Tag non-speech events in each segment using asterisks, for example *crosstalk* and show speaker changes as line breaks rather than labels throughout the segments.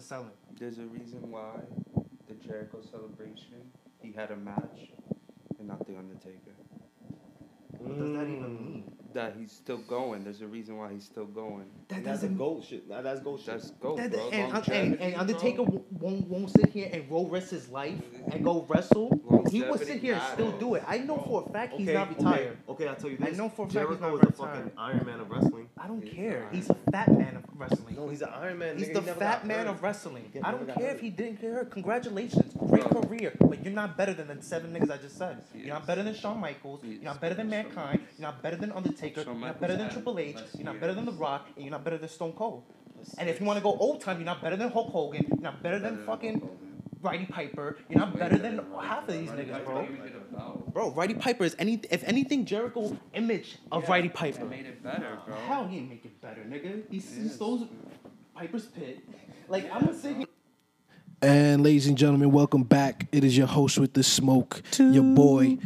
selling.
There's a reason why the Jericho celebration, he had a match and not The Undertaker.
What does that
Mm.
even mean?
That he's still going. There's a reason why he's still going.
That
that's a
doesn't.
gold shit. Now that's gold shit.
That's go,
that-
bro.
and, and,
Longevity,
and
bro.
Undertaker w- won't, won't sit here and roll risk his life and go wrestle. He will sit here and still do it. I know for a fact he's not retired.
Okay, I'll tell you
I
this.
know for a fact
Jericho
he's not
is the
retired.
fucking Iron Man of wrestling.
I don't
He's
care.
not.
He's a fat man of wrestling.
No, he's an Iron Man.
He's
nigga.
the
He never
fat
got
man
hurt.
of wrestling.
Yeah,
I
he
don't
never got
care if
hurt.
he didn't get hurt. Congratulations, great
Bro.
career. But you're not better than the seven niggas I just said. You're not
Yes.
better than Shawn Michaels.
Yes.
You're not better than
Shawn
Mankind.
Michaels.
You're not better than Undertaker.
Shawn
You're not
Michaels
better than
had
Triple H.
less
You're not better than The
years.
Rock. And you're not better than Stone Cold.
That's
And if you
sick.
want to go old time, you're not better than Hulk Hogan. You're not better than fucking Roddy Piper. You're not
Way
better than
Roddy
half of these
Piper.
niggas,
Roddy
bro.
Piper even did a belt.
Bro, Roddy Piper is any if anything Jericho image of
Yeah,
Roddy
that
Piper.
made it better, bro.
Hell, he didn't make it better, nigga. He, he
Yes.
stole Piper's pit. Like I'm gonna sit here.
And ladies and gentlemen, welcome back. It is your host with the smoke, your boy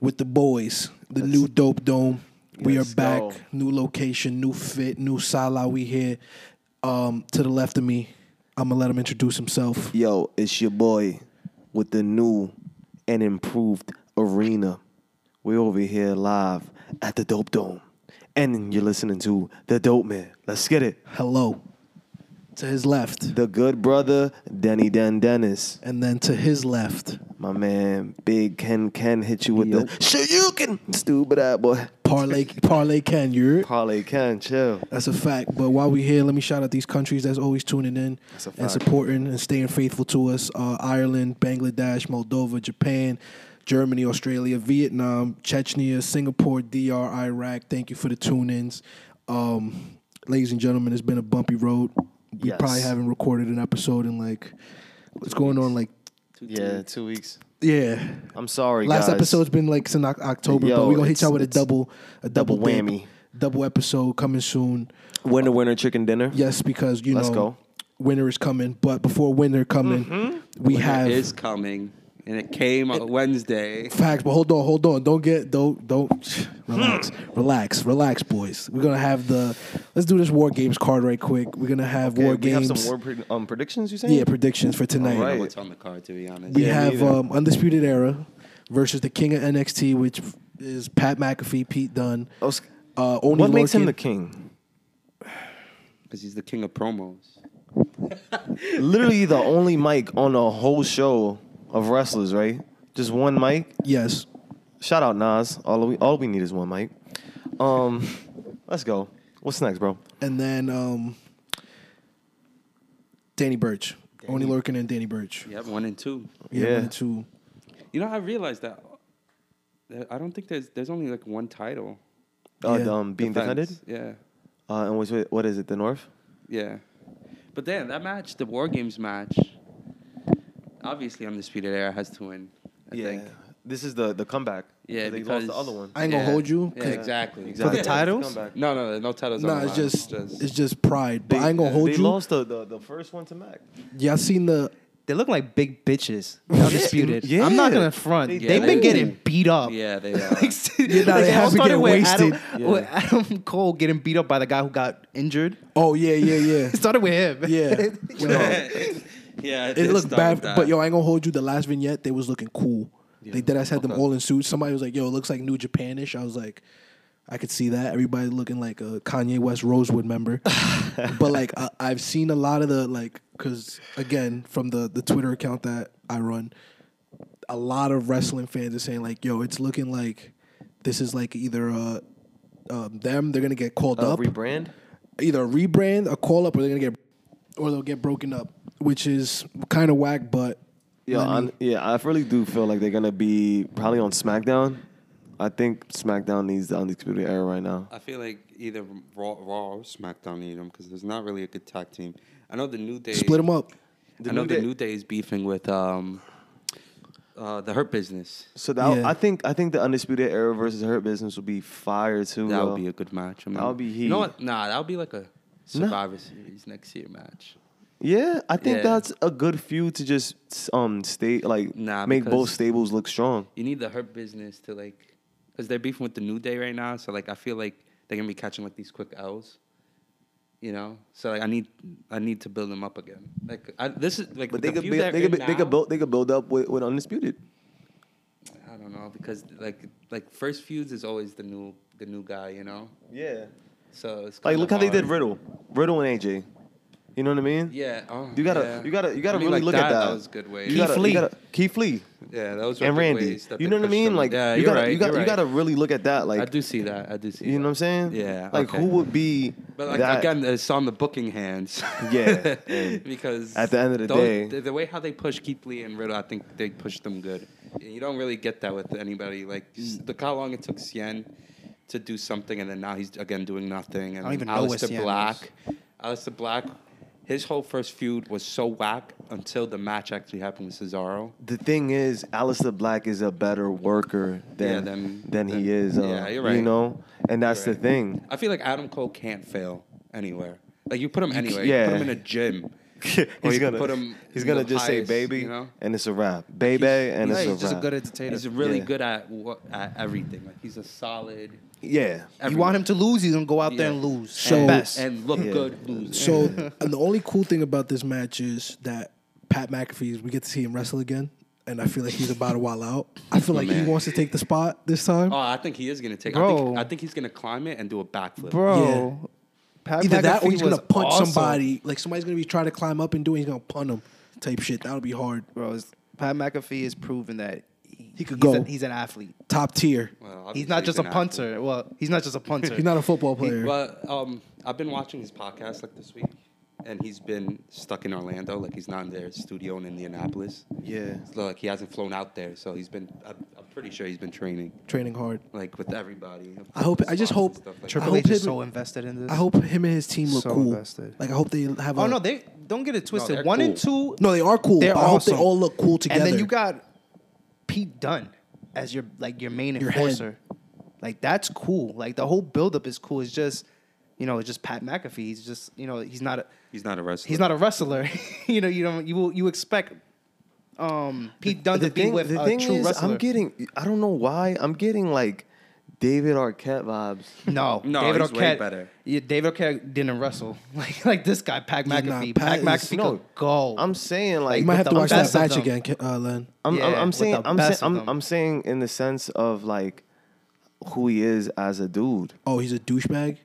with the boys, the new dope dome. We are
Let's
back,
go.
new location, new fit, new sala. We here. Um, to the left of me, I'm gonna let him introduce himself.
Yo, it's your boy with the new and improved arena. We're over here live at the Dope Dome. And you're listening to The Dope Man. Let's get it.
Hello. To his left,
The good brother, Denny Den Dennis.
and then to his left,
My man, Big Ken Ken hit you with the shit you can. Stupid that boy.
Parlay
*laughs*
Parlay Ken. You're
Parlay Ken, chill.
That's a fact. But while we're here, let me shout out these countries that's always tuning in
That's a
and
fact.
supporting and staying faithful to us uh, Ireland, Bangladesh, Moldova, Japan, Germany, Australia, Vietnam, Chechnya, Singapore, DR, Iraq. Thank you for the tune ins. Um, ladies and gentlemen, it's been a bumpy road. We
Yes.
probably haven't recorded an episode in like, what's going on? Like,
Yeah, two weeks.
yeah.
I'm sorry,
Last
guys.
episode's been like since Oc- October,
Yo,
but we're going to hit
it's-
y'all with a
it's
double, a double,
double
dip,
whammy.
Double episode coming soon.
Winner, winner, chicken dinner.
Yes, because you
Let's
know
go. Mm-hmm.
winter is coming. But before winter coming, we
Winter
have
is coming, and it came on Wednesday.
facts. But hold on, hold on. Don't get don't don't *sighs* relax,
Hmm.
relax, relax, boys. We're gonna have the let's do this war games card right quick. We're gonna have
Okay,
war
we
games.
have some war pre- um, predictions, you saying?
yeah, predictions for
I
tonight.
don't know
Alright.
what's on the card, to be honest.
We
Yeah, me
have
either.
um, Undisputed Era versus the King of NXT, which is Pat McAfee, Pete Dunne.
Oh, s-
Uh, Oni
what makes him
Lorcan.
the king?
Because he's the king of promos.
Literally the only mic on a whole show of wrestlers, right? Just one mic.
Yes.
Shout out Nas. All we all we need is one mic. Um, *laughs* let's go. What's next, bro? Uh,
And then um, Danny Birch. Oni Lorcan and Danny Birch.
Yep, one and two.
Yeah.
Yeah.
One and two.
You know, I realized that. that I don't think there's there's only like one title.
Uh,
Yeah.
um, being
defense.
defended.
Yeah,
Uh, and which, what is it? The North.
yeah. But then that match, the War Games match, obviously Undisputed Era has to win. I think.
This is the the comeback.
Yeah,
they
because
lost the other one.
I ain't gonna
Yeah,
hold you,
Yeah,
'cause-
exactly.
For the
Exactly.
titles?
Comeback.
No, no, no, no titles.
No,
on the
it's
line.
just, it's just pride. But I ain't gonna hold
they
you.
lost the, the the first one to Mac.
Y'all seen the
They look like big bitches. Undisputed.
Yeah.
I'm not gonna front.
They
They,
do.
have been getting beat up.
*laughs*
yeah,
*laughs*
they uh, are. *laughs*
like, dude,
Yeah, nah,
like,
they
it all
have
started
been getting
with Adam,
wasted.
with Adam Cole getting beat up by the guy who got
*laughs*
injured.
Oh yeah, yeah,
*laughs*
yeah.
It started with him.
Yeah. When, uh,
yeah,
it
did
looked
start
bad.
with that.
But yo, I ain't gonna hold you. The last vignette, they was looking cool. They did. I had them all in suits. Somebody was like, "Yo, it looks like New Japanish." I was like, "I could see that." Everybody looking like a Kanye West Rosewood member. but like, I, I've seen a lot of the like, because again, from the the Twitter account that I run, a lot of wrestling fans are saying like, "Yo, it's looking like this is like either uh, um, them. They're gonna get called
Uh,
up
rebrand.
either a rebrand, a call up, or they're gonna get, or they'll get broken up, which is kind of whack. But
Yeah,
let me-
I, yeah, I really do feel like they're gonna be probably on SmackDown. I think SmackDown needs the Undisputed Era right now.
I feel like either Raw, Raw or SmackDown need them because there's not really a good tag team. I know the New Day.
split them up.
I know
New
the
Day-
New Day is beefing with um, uh, the Hurt Business.
So that
Yeah.
I think I think the Undisputed Era versus Hurt Business will be fire too.
That
yo.
would be a good match. I mean,
That'll be
You know
heat.
what? Nah, that'll be like a Survivor Series next year match.
yeah, I think
Yeah.
that's a good feud to just um stay like
Nah,
make both
because-
stables look strong.
You need the Hurt Business to like, because they're beefing with the New Day right now. So like, I feel like they're gonna be catching like these quick L's. You know, so like I need I need to build them up again. Like I, this is like
But
the
they could
few
build,
that
they could
are
bu- they
now-
could build they could build up with, with undisputed.
I don't know because like like first feuds is always the new the new guy. You know,
Yeah.
so it's
Like
kinda
look how they did
hard.
Riddle, Riddle and AJ. You know what I mean?
Yeah, oh,
You gotta
yeah.
you gotta you gotta
I mean,
really
like
look at
that,
that.
That was a good way.
You gotta,
Lee.
You gotta, Keith Lee
yeah, that was
and
one of the
Randy.
ways that
You
they
know what I
pushed
mean?
them.
Like
yeah,
you
you're
gotta
right,
you
you're
gotta
right.
you gotta really look at that. Like
I do see that. I do see.
you know what
that.
I'm saying?
Yeah,
Like
okay.
who would be
But like,
that-
again, it's on the booking hands.
Yeah, and
*laughs* because
at the end of the
those-
day-
the, the way how they push Keith Lee and Riddle, I think they pushed them good. You don't really get that with anybody. Like s-
Mm.
look how long it took Sien to do something, and then now he's again doing nothing. And
I don't even know what
Alistair
Sien is.
Black, Alistair Black, his whole first feud was so whack until the match actually happened with Cesaro.
the thing is, Alistair Black is a better worker than
Yeah, than- than-
than he is. Uh,
yeah, you're right.
You know, and that's the
right.
thing.
I feel like Adam Cole can't fail anywhere. Like you put him anywhere. You
yeah.
put him in a gym.
he's
Or you
gonna
put him
he's
in the
gonna just
highest,
say baby,
you know?
and it's a wrap, baby, and
He's
it's a
just a
wrap.
good entertainer.
He's really
Yeah.
good at what, at everything. Like he's a solid.
yeah,
You want him to lose, he's gonna go out there
Yeah.
and lose.
So-
And
and,
best.
and look
Yeah.
good loser.
So *laughs* and the only cool thing about this match is that Pat McAfee is we get to see him wrestle again, and I feel like he's about to wild out. I feel like
man.
he wants to take the spot this time.
oh, I think he is gonna take. I
Bro.
think I think he's gonna climb it and do a backflip.
bro, Pat
Either that or
McAfee
he's gonna
was
punch
awesome.
somebody. Like somebody's gonna be trying to climb up and do it. He's gonna punt him. Type shit. That'll be hard.
Bro, it's- Pat McAfee has proven that he,
could
he's a-
go.
he's an athlete.
Top tier.
Well,
He's not
obviously
just a
an
punter. Well, he's not just
*laughs*
a punter.
He's not a football player.
But um, I've been watching his podcast like this week, and he's been stuck in Orlando. Like he's not in their studio in Indianapolis.
yeah.
So, like he hasn't flown out there, so he's been. I'm, I'm pretty sure he's been training
training hard.
like with everybody.
I hope- I just
Spots and
hope
stuff like
Triple
Triple
I
H
hope
is
it-
so invested in this.
I hope him and his team look
So
cool.
invested.
Like I hope they have.
Oh
a,
no, they don't get it twisted.
they're
One and
cool.
two,
No, they are cool,
They're
but I hope they
awesome.
all look cool
And
together.
then you got Pete Dunn as your like your main
Your head.
enforcer. Like that's cool. Like the whole buildup is cool. It's just you know, it's just Pat McAfee. He's just you know, he's not a
He's not a wrestler.
he's not a wrestler. *laughs* you know, you don't you you expect um Pete Dunn to be with a true wrestler.
I'm getting. I don't know why. I'm getting like David Arquette vibes.
no,
No,
David
he's way
Arquette.
better.
Yeah, David Arquette didn't wrestle *laughs* like like this guy, Pat
He's not-
McAfee.
Pat
Pat,
is-
McAfee
no,
could go.
I'm saying
you
like
might
with
have to
the
watch that
best of
match
them.
again, Ke- uh, Len.
I'm, I'm,
Yeah,
I'm
with
saying
the
I'm,
best
saying
of
I'm,
them.
I'm saying in the sense of like who he is as a dude,
Oh, he's a douchebag.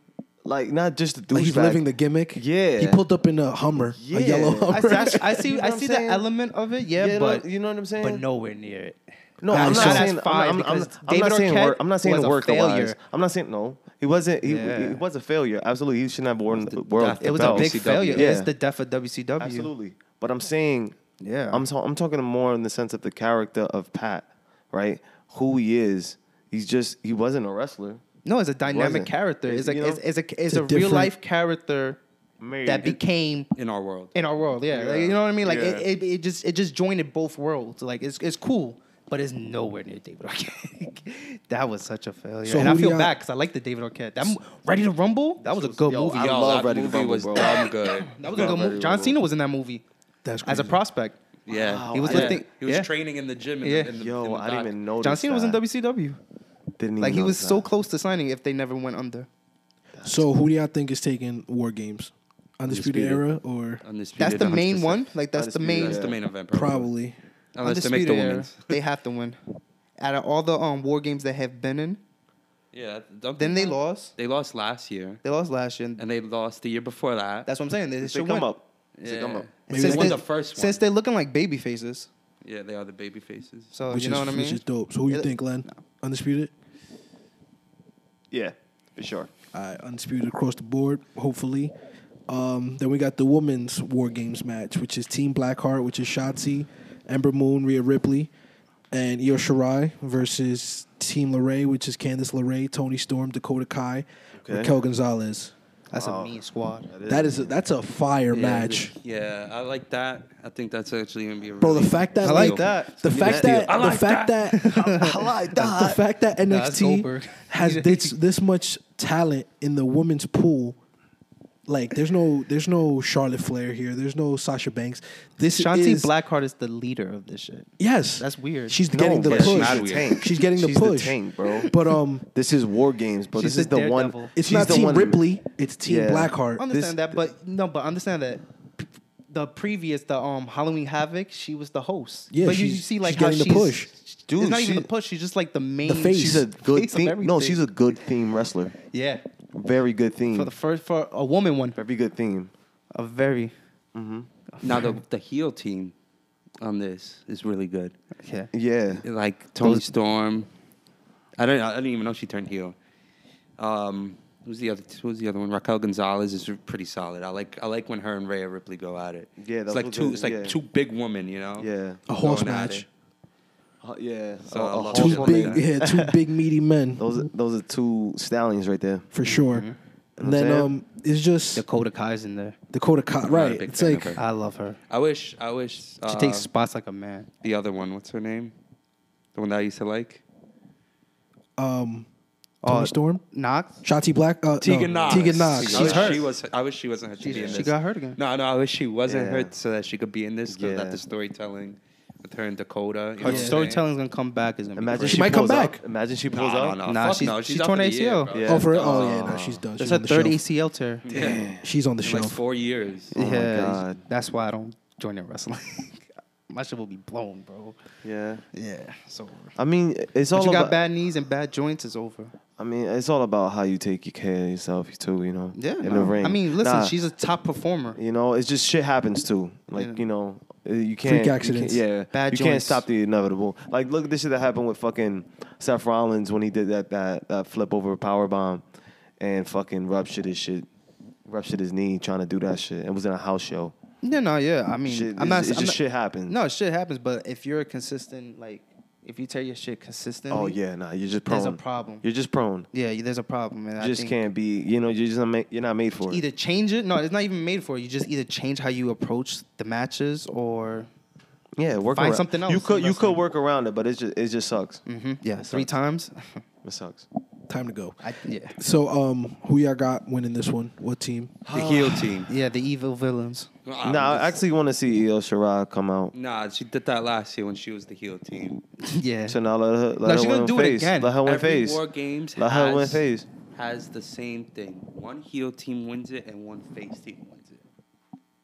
like not just a dude.
Like he's living the gimmick.
Yeah.
He pulled up in a Hummer,
Yeah.
a yellow
I
Hummer.
see, I see, I see,
*laughs* You know
I
what I'm
see the
saying?
element of it, yeah,
Yeah, no,
but
you know what I'm saying?
But nowhere near it.
No,
Nah,
I'm
it's
not
just-
saying.
That's
I'm
fine,
not, I'm, not-
because
I'm not
David
saying. Work,
Arquette
I'm not saying
was a
work
failure.
I'm not saying no. He wasn't. He,
Yeah.
he was a failure. Absolutely, he shouldn't have worn the world.
death
It was
Bell.
a big
WCW.
failure.
Yeah.
It's the death of WCW.
Absolutely. But I'm saying,
Yeah.
I'm ta- I'm talking more in the sense of the character of Pat, right? Who he is. He's just he wasn't a wrestler.
No, it's a dynamic
Wasn't.
character. It's
It's,
like
you know,
it's, it's a it's
a
a, real
different-
life character
Married.
that became
in our world.
in our world. Yeah, Like,
Yeah.
you know what I mean. Like
Yeah.
it, it, it just it just joined both worlds. Like it's it's cool, but it's nowhere near David Arquette. *laughs* that was such a failure,
So
and
who
I
do
feel
y'all-
bad because I like the David Arquette. That mo- Ready to Rumble. That was a good
yo,
movie.
I
Yo,
love
that
Ready to
movie
Rumble,
was
bro.
damn good.
that was a good movie. John Cena was in that movie
*laughs* That's
as a
crazy.
prospect.
Yeah,
He was
yeah.
lifting-
He was
yeah.
training in the gym. In
Yeah.
the, in the, in
Yo,
the
I didn't
dock.
even know.
John Cena was in WCW.
Didn't even
Like he was
notice
so
that.
close to signing if they never went under.
So who do y'all think is taking War Games? Undisputed,
Undisputed.
Era or
That's
Undisputed,
the main
100%.
one. Like that's the
Undisputed,
main.
That's the main event, probably.
probably?
Unless they make the
Undisputed Era,
women's.
*laughs* they have to win. Out of all the um, war games they have been in,
Yeah. don't
then
think
they
that-
lost.
They lost last year,
They lost last year.
Mm-hmm. and they lost the year before that.
That's what I'm saying. They,
It's a
should
come
win.
up.
yeah.
It's a come up.
And
they
Since
won
they-
the first one.
Since they're looking like baby faces,
yeah, they are the baby faces.
so
which
you know
is
what I
which
mean.
is dope. So who you
It-
think, Len? Undisputed.
Yeah, for sure.
All right, uh, undisputed across the board. Hopefully. Um, then we got the women's War Games match, which is Team Blackheart, which is Shotzi, Ember Moon, Rhea Ripley, and Io Shirai versus Team LeRae, which is Candice LeRae, Tony Storm, Dakota Kai,
Okay.
Raquel Gonzalez.
That's a mean squad.
That is a, that's a fire
Yeah,
match.
Yeah, I like that. I think that's actually gonna be a
Bro, the
really-
fact that
I like
like,
that.
the fact
steal.
that
I
the
like
fact that,
I like
the fact that
Nah, it's
NXT
Goldberg.
has this this much talent in the women's pool, Like there's no there's no Charlotte Flair here. There's no Sasha Banks. This
Shanti
is
Blackheart is the leader of this shit.
Yes,
That's weird.
She's getting the
but she's
push.
not
She's,
weird.
getting the
She's
push.
tank, bro.
But um,
This is war games, bro.
She's
this is
the
the
daredevil.
one.
it's
she's
not
the
Team
one-
Ripley. It's Team
Yeah.
I
Blackheart.
understand
This-
that, but no, but understand that p- the previous the um Halloween Havoc, she was the host.
Yeah,
but you,
she's-
you see like
she's
how
getting the
she's
push.
Dude,
it's not even
she-
the push. She's just like the main.
The face.
she's
She's a good
face of
theme. No,
everything.
she's a good theme wrestler.
yeah
Very good theme.
for the first for a woman one
Very good theme.
a very
Now the the heel team on this is really good.
yeah.
Yeah.
Like Tony Storm. I don't. I didn't even know she turned heel. Um, who's the other? Who's the other one? Raquel Gonzalez is pretty solid. I like. I like when her and Rhea Ripley go at it.
Yeah,
it's
those
like
were
two.
good,
It's like
yeah.
two big women. You know.
Yeah.
A horse
Going at
match.
it.
Uh, yeah.
So
A-
I
a
love
horse
that.
Two
woman.
big, yeah, two big meaty men
Those those are two stallions right there.
for sure. And then
Damn.
um, it's just
Dakota Kai's in there.
Dakota Kai.
a
Right.
big
It's
fan
like
of her.
I love her.
I wish. I wish. Uh,
She takes spots like a man.
the other one. What's her name? The one that I used to like.
um, Tony
Uh,
Storm,
Knox.
Shotzi Black, uh,
Tegan
no,
Knox.
Tegan Knox.
She's
I wish
hurt.
She was. I wish she wasn't hurt. to
She's-
be in
she
this.
got hurt again.
No, no. I wish she wasn't
Yeah.
hurt so that she could be in this. So
Yeah.
that the storytelling with her and Dakota. you know
Her
what I'm saying?
storytelling's gonna come back. Is gonna
Imagine
be
She
she,
great.
might come
pulls out.
back.
Imagine she pulls
Nah,
out.
nah,
Nah,
nah. Fuck
she's-
no.
she
She's out
torn
for the
ACL.
year, bro.
Yeah.
Oh, for oh yeah, no, she's done.
That's
She's
her
on the
third
shelf.
ACL tear.
Yeah.
She's on the
In like
shelf.
four years.
Oh my
yeah,
God.
that's why I don't join in wrestling. *laughs* my shit will be blown, bro.
Yeah.
Yeah, so
I mean, it's all
Once you
about.
got bad knees and bad joints, it's over.
I mean, it's all about how you take your care of yourself too. You know. In
no.
the ring.
I mean, listen,
Nah,
she's a top performer.
You know, it's just shit happens too. Like
Yeah.
you know, uh, you can't. you can't-
accidents.
yeah.
Bad
you can't
joints.
stop the inevitable. Like look at this shit that happened with fucking Seth Rollins when he did that that, that flip over power bomb, and fucking ruptured his shit, ruptured his knee trying to do that shit. It was in a house show.
No, no, yeah. I mean,
Shit,
I'm not.
it's- it's
I'm
just
not-
shit happens.
No, shit happens. But if you're a consistent, like, if you tear your shit consistently,
Oh yeah, nah, you're just prone.
There's a problem.
You're just prone.
yeah, you- there's a problem. And
You
I
just
think
can't be. You know, you're just not ma- you're not made for it.
Either change it. No, it's not even made for it. You just either change how you approach the matches, or
Yeah, work
Find
around.
something else
You could
in
you could
wrestling.
work around it, but it's just it just sucks.
Mhm, yeah, three times. *laughs*
It sucks.
Time to go.
I, yeah,
So um, who y'all got winning this one? What team?
The heel team.
yeah. The evil villains.
*laughs*
*laughs*
Nah,
no, I
this-
actually want to see Io Shirai come out.
Nah, she did that last year when she was the heel team.
yeah.
So now let her let
No,
her
she gonna
win
do it
face.
again.
Let her win
Every
face.
War Games
Let her
has,
win face.
has the same thing. One heel team wins it and one face team wins it.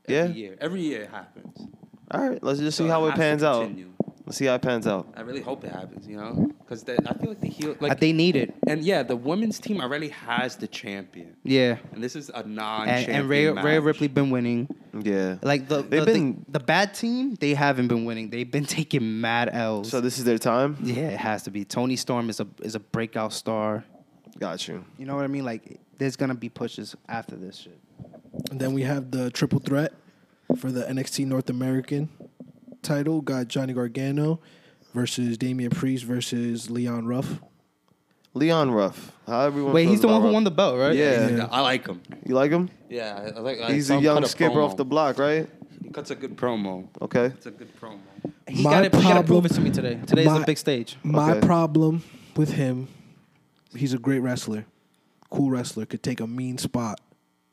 Yeah.
Every year. Every year it happens.
All right, let's just see
So
how
it
it
has to
pans out.
continue.
Let's see how it pans out.
I really hope it happens, you know? Because I feel like the heel.
Uh,
Like,
they need it.
and yeah, the women's team already has the champion.
Yeah.
And this is a
And,
non-champion
and Ray, Ray
match.
Ripley been winning.
Yeah.
Like the
They've
the,
been-
the the bad team, they haven't been winning. They've been *laughs* taking mad L's.
So this is their time.
yeah, it has to be. Tony Storm is a is a breakout star.
Got you.
You know what I mean? Like there's gonna be pushes after this shit.
And then we have the triple threat for the NXT North American title. Got Johnny Gargano versus Damian Priest versus Leon Ruff.
Leon Ruff. How everyone.
Wait,
feels
he's the
about
one who
Ruff.
won the belt, right?
Yeah.
Yeah, I like him.
You like him?
Yeah, I like. I
He's
saw
a
him
young
cut
skipper off
promo.
the block, right?
He cuts a good promo.
Okay.
It's a good promo.
He
My
got it. He got to prove
problem-
it to me today. Today's
my-
a big stage.
My
Okay.
problem with him, he's a great wrestler, cool wrestler. Could take a mean spot.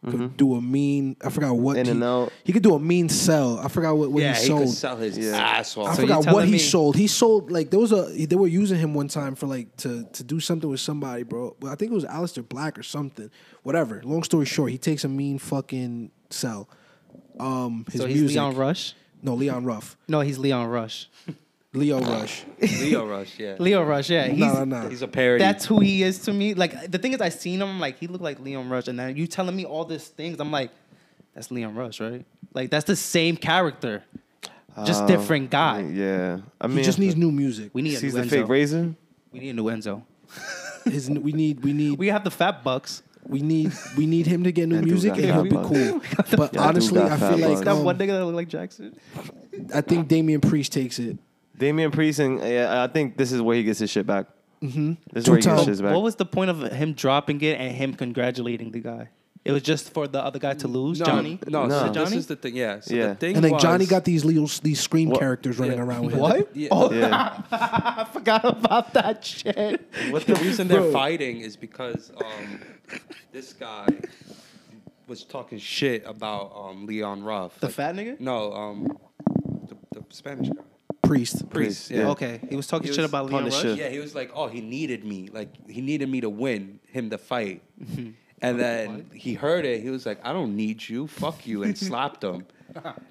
Could do a mean. I forgot what
Mm-hmm. In
he,
and out.
He could do a mean sell. I forgot what, what
yeah,
he
he
sold.
could sell his
Yeah.
ass
I
off.
you're
forgot what
telling
he
me-
sold. He sold like there was a they were using him one time for like to to do something with somebody, bro. But I think it was Alistair Black or something. Whatever. Long story short, he takes a mean fucking sell. Um, his
So he's
music.
Leon Rush.
No, Leon Ruff.
No, he's Leon Rush.
Leo Rush.
Leo Rush, yeah.
Leo Rush. Yeah, he's,
no, no, no.
He's a parody.
That's who he is to me. Like the thing is, I seen him. I'm like he looked like Leon Rush, and then you telling me all these things. I'm like, that's Leon Rush, right? Like that's the same character, just
Uh,
different guy.
Yeah. I mean,
He just needs new music.
We need a
He's
new
the
Enzo.
fake raisin.
We need a new Enzo.
His, we need we need
We have the Fat Bucks.
we need we need him to get new
That dude
music
got
and he'll
fat
be
butt.
cool. But
dude
honestly,
got
I
fat
feel
butt.
like
That one
um,
nigga that look like Jackson.
I think Damian Priest takes it.
Damian Priest, and yeah, I think this is where he gets his shit back. Mm-hmm. This is
Two
where he gets
times.
his shit back.
What was the point of him dropping it and him congratulating the guy? It was just for the other guy to lose,
no,
Johnny.
No,
No.
So this
Johnny?
is the thing. Yeah. So
Yeah.
the thing
And then
was,
Johnny got these Leo, these scream
What-
characters running around with him.
What?
Yeah.
Oh,
Yeah.
I forgot about that shit.
What the reason they're fighting is because um, this guy was talking shit about um, Leon Ruff.
The
Like,
fat nigga?
No, um, the, the Spanish guy.
Priest.
Priest.
yeah.
Yeah.
Okay, he was talking
He
shit
was
about Leon
Punisher.
Rush.
Yeah, he was like, oh, he needed me. Like, he needed me to win him the *laughs* fight. And then he heard it. He was like, I don't need you. Fuck you. And slapped him. *laughs*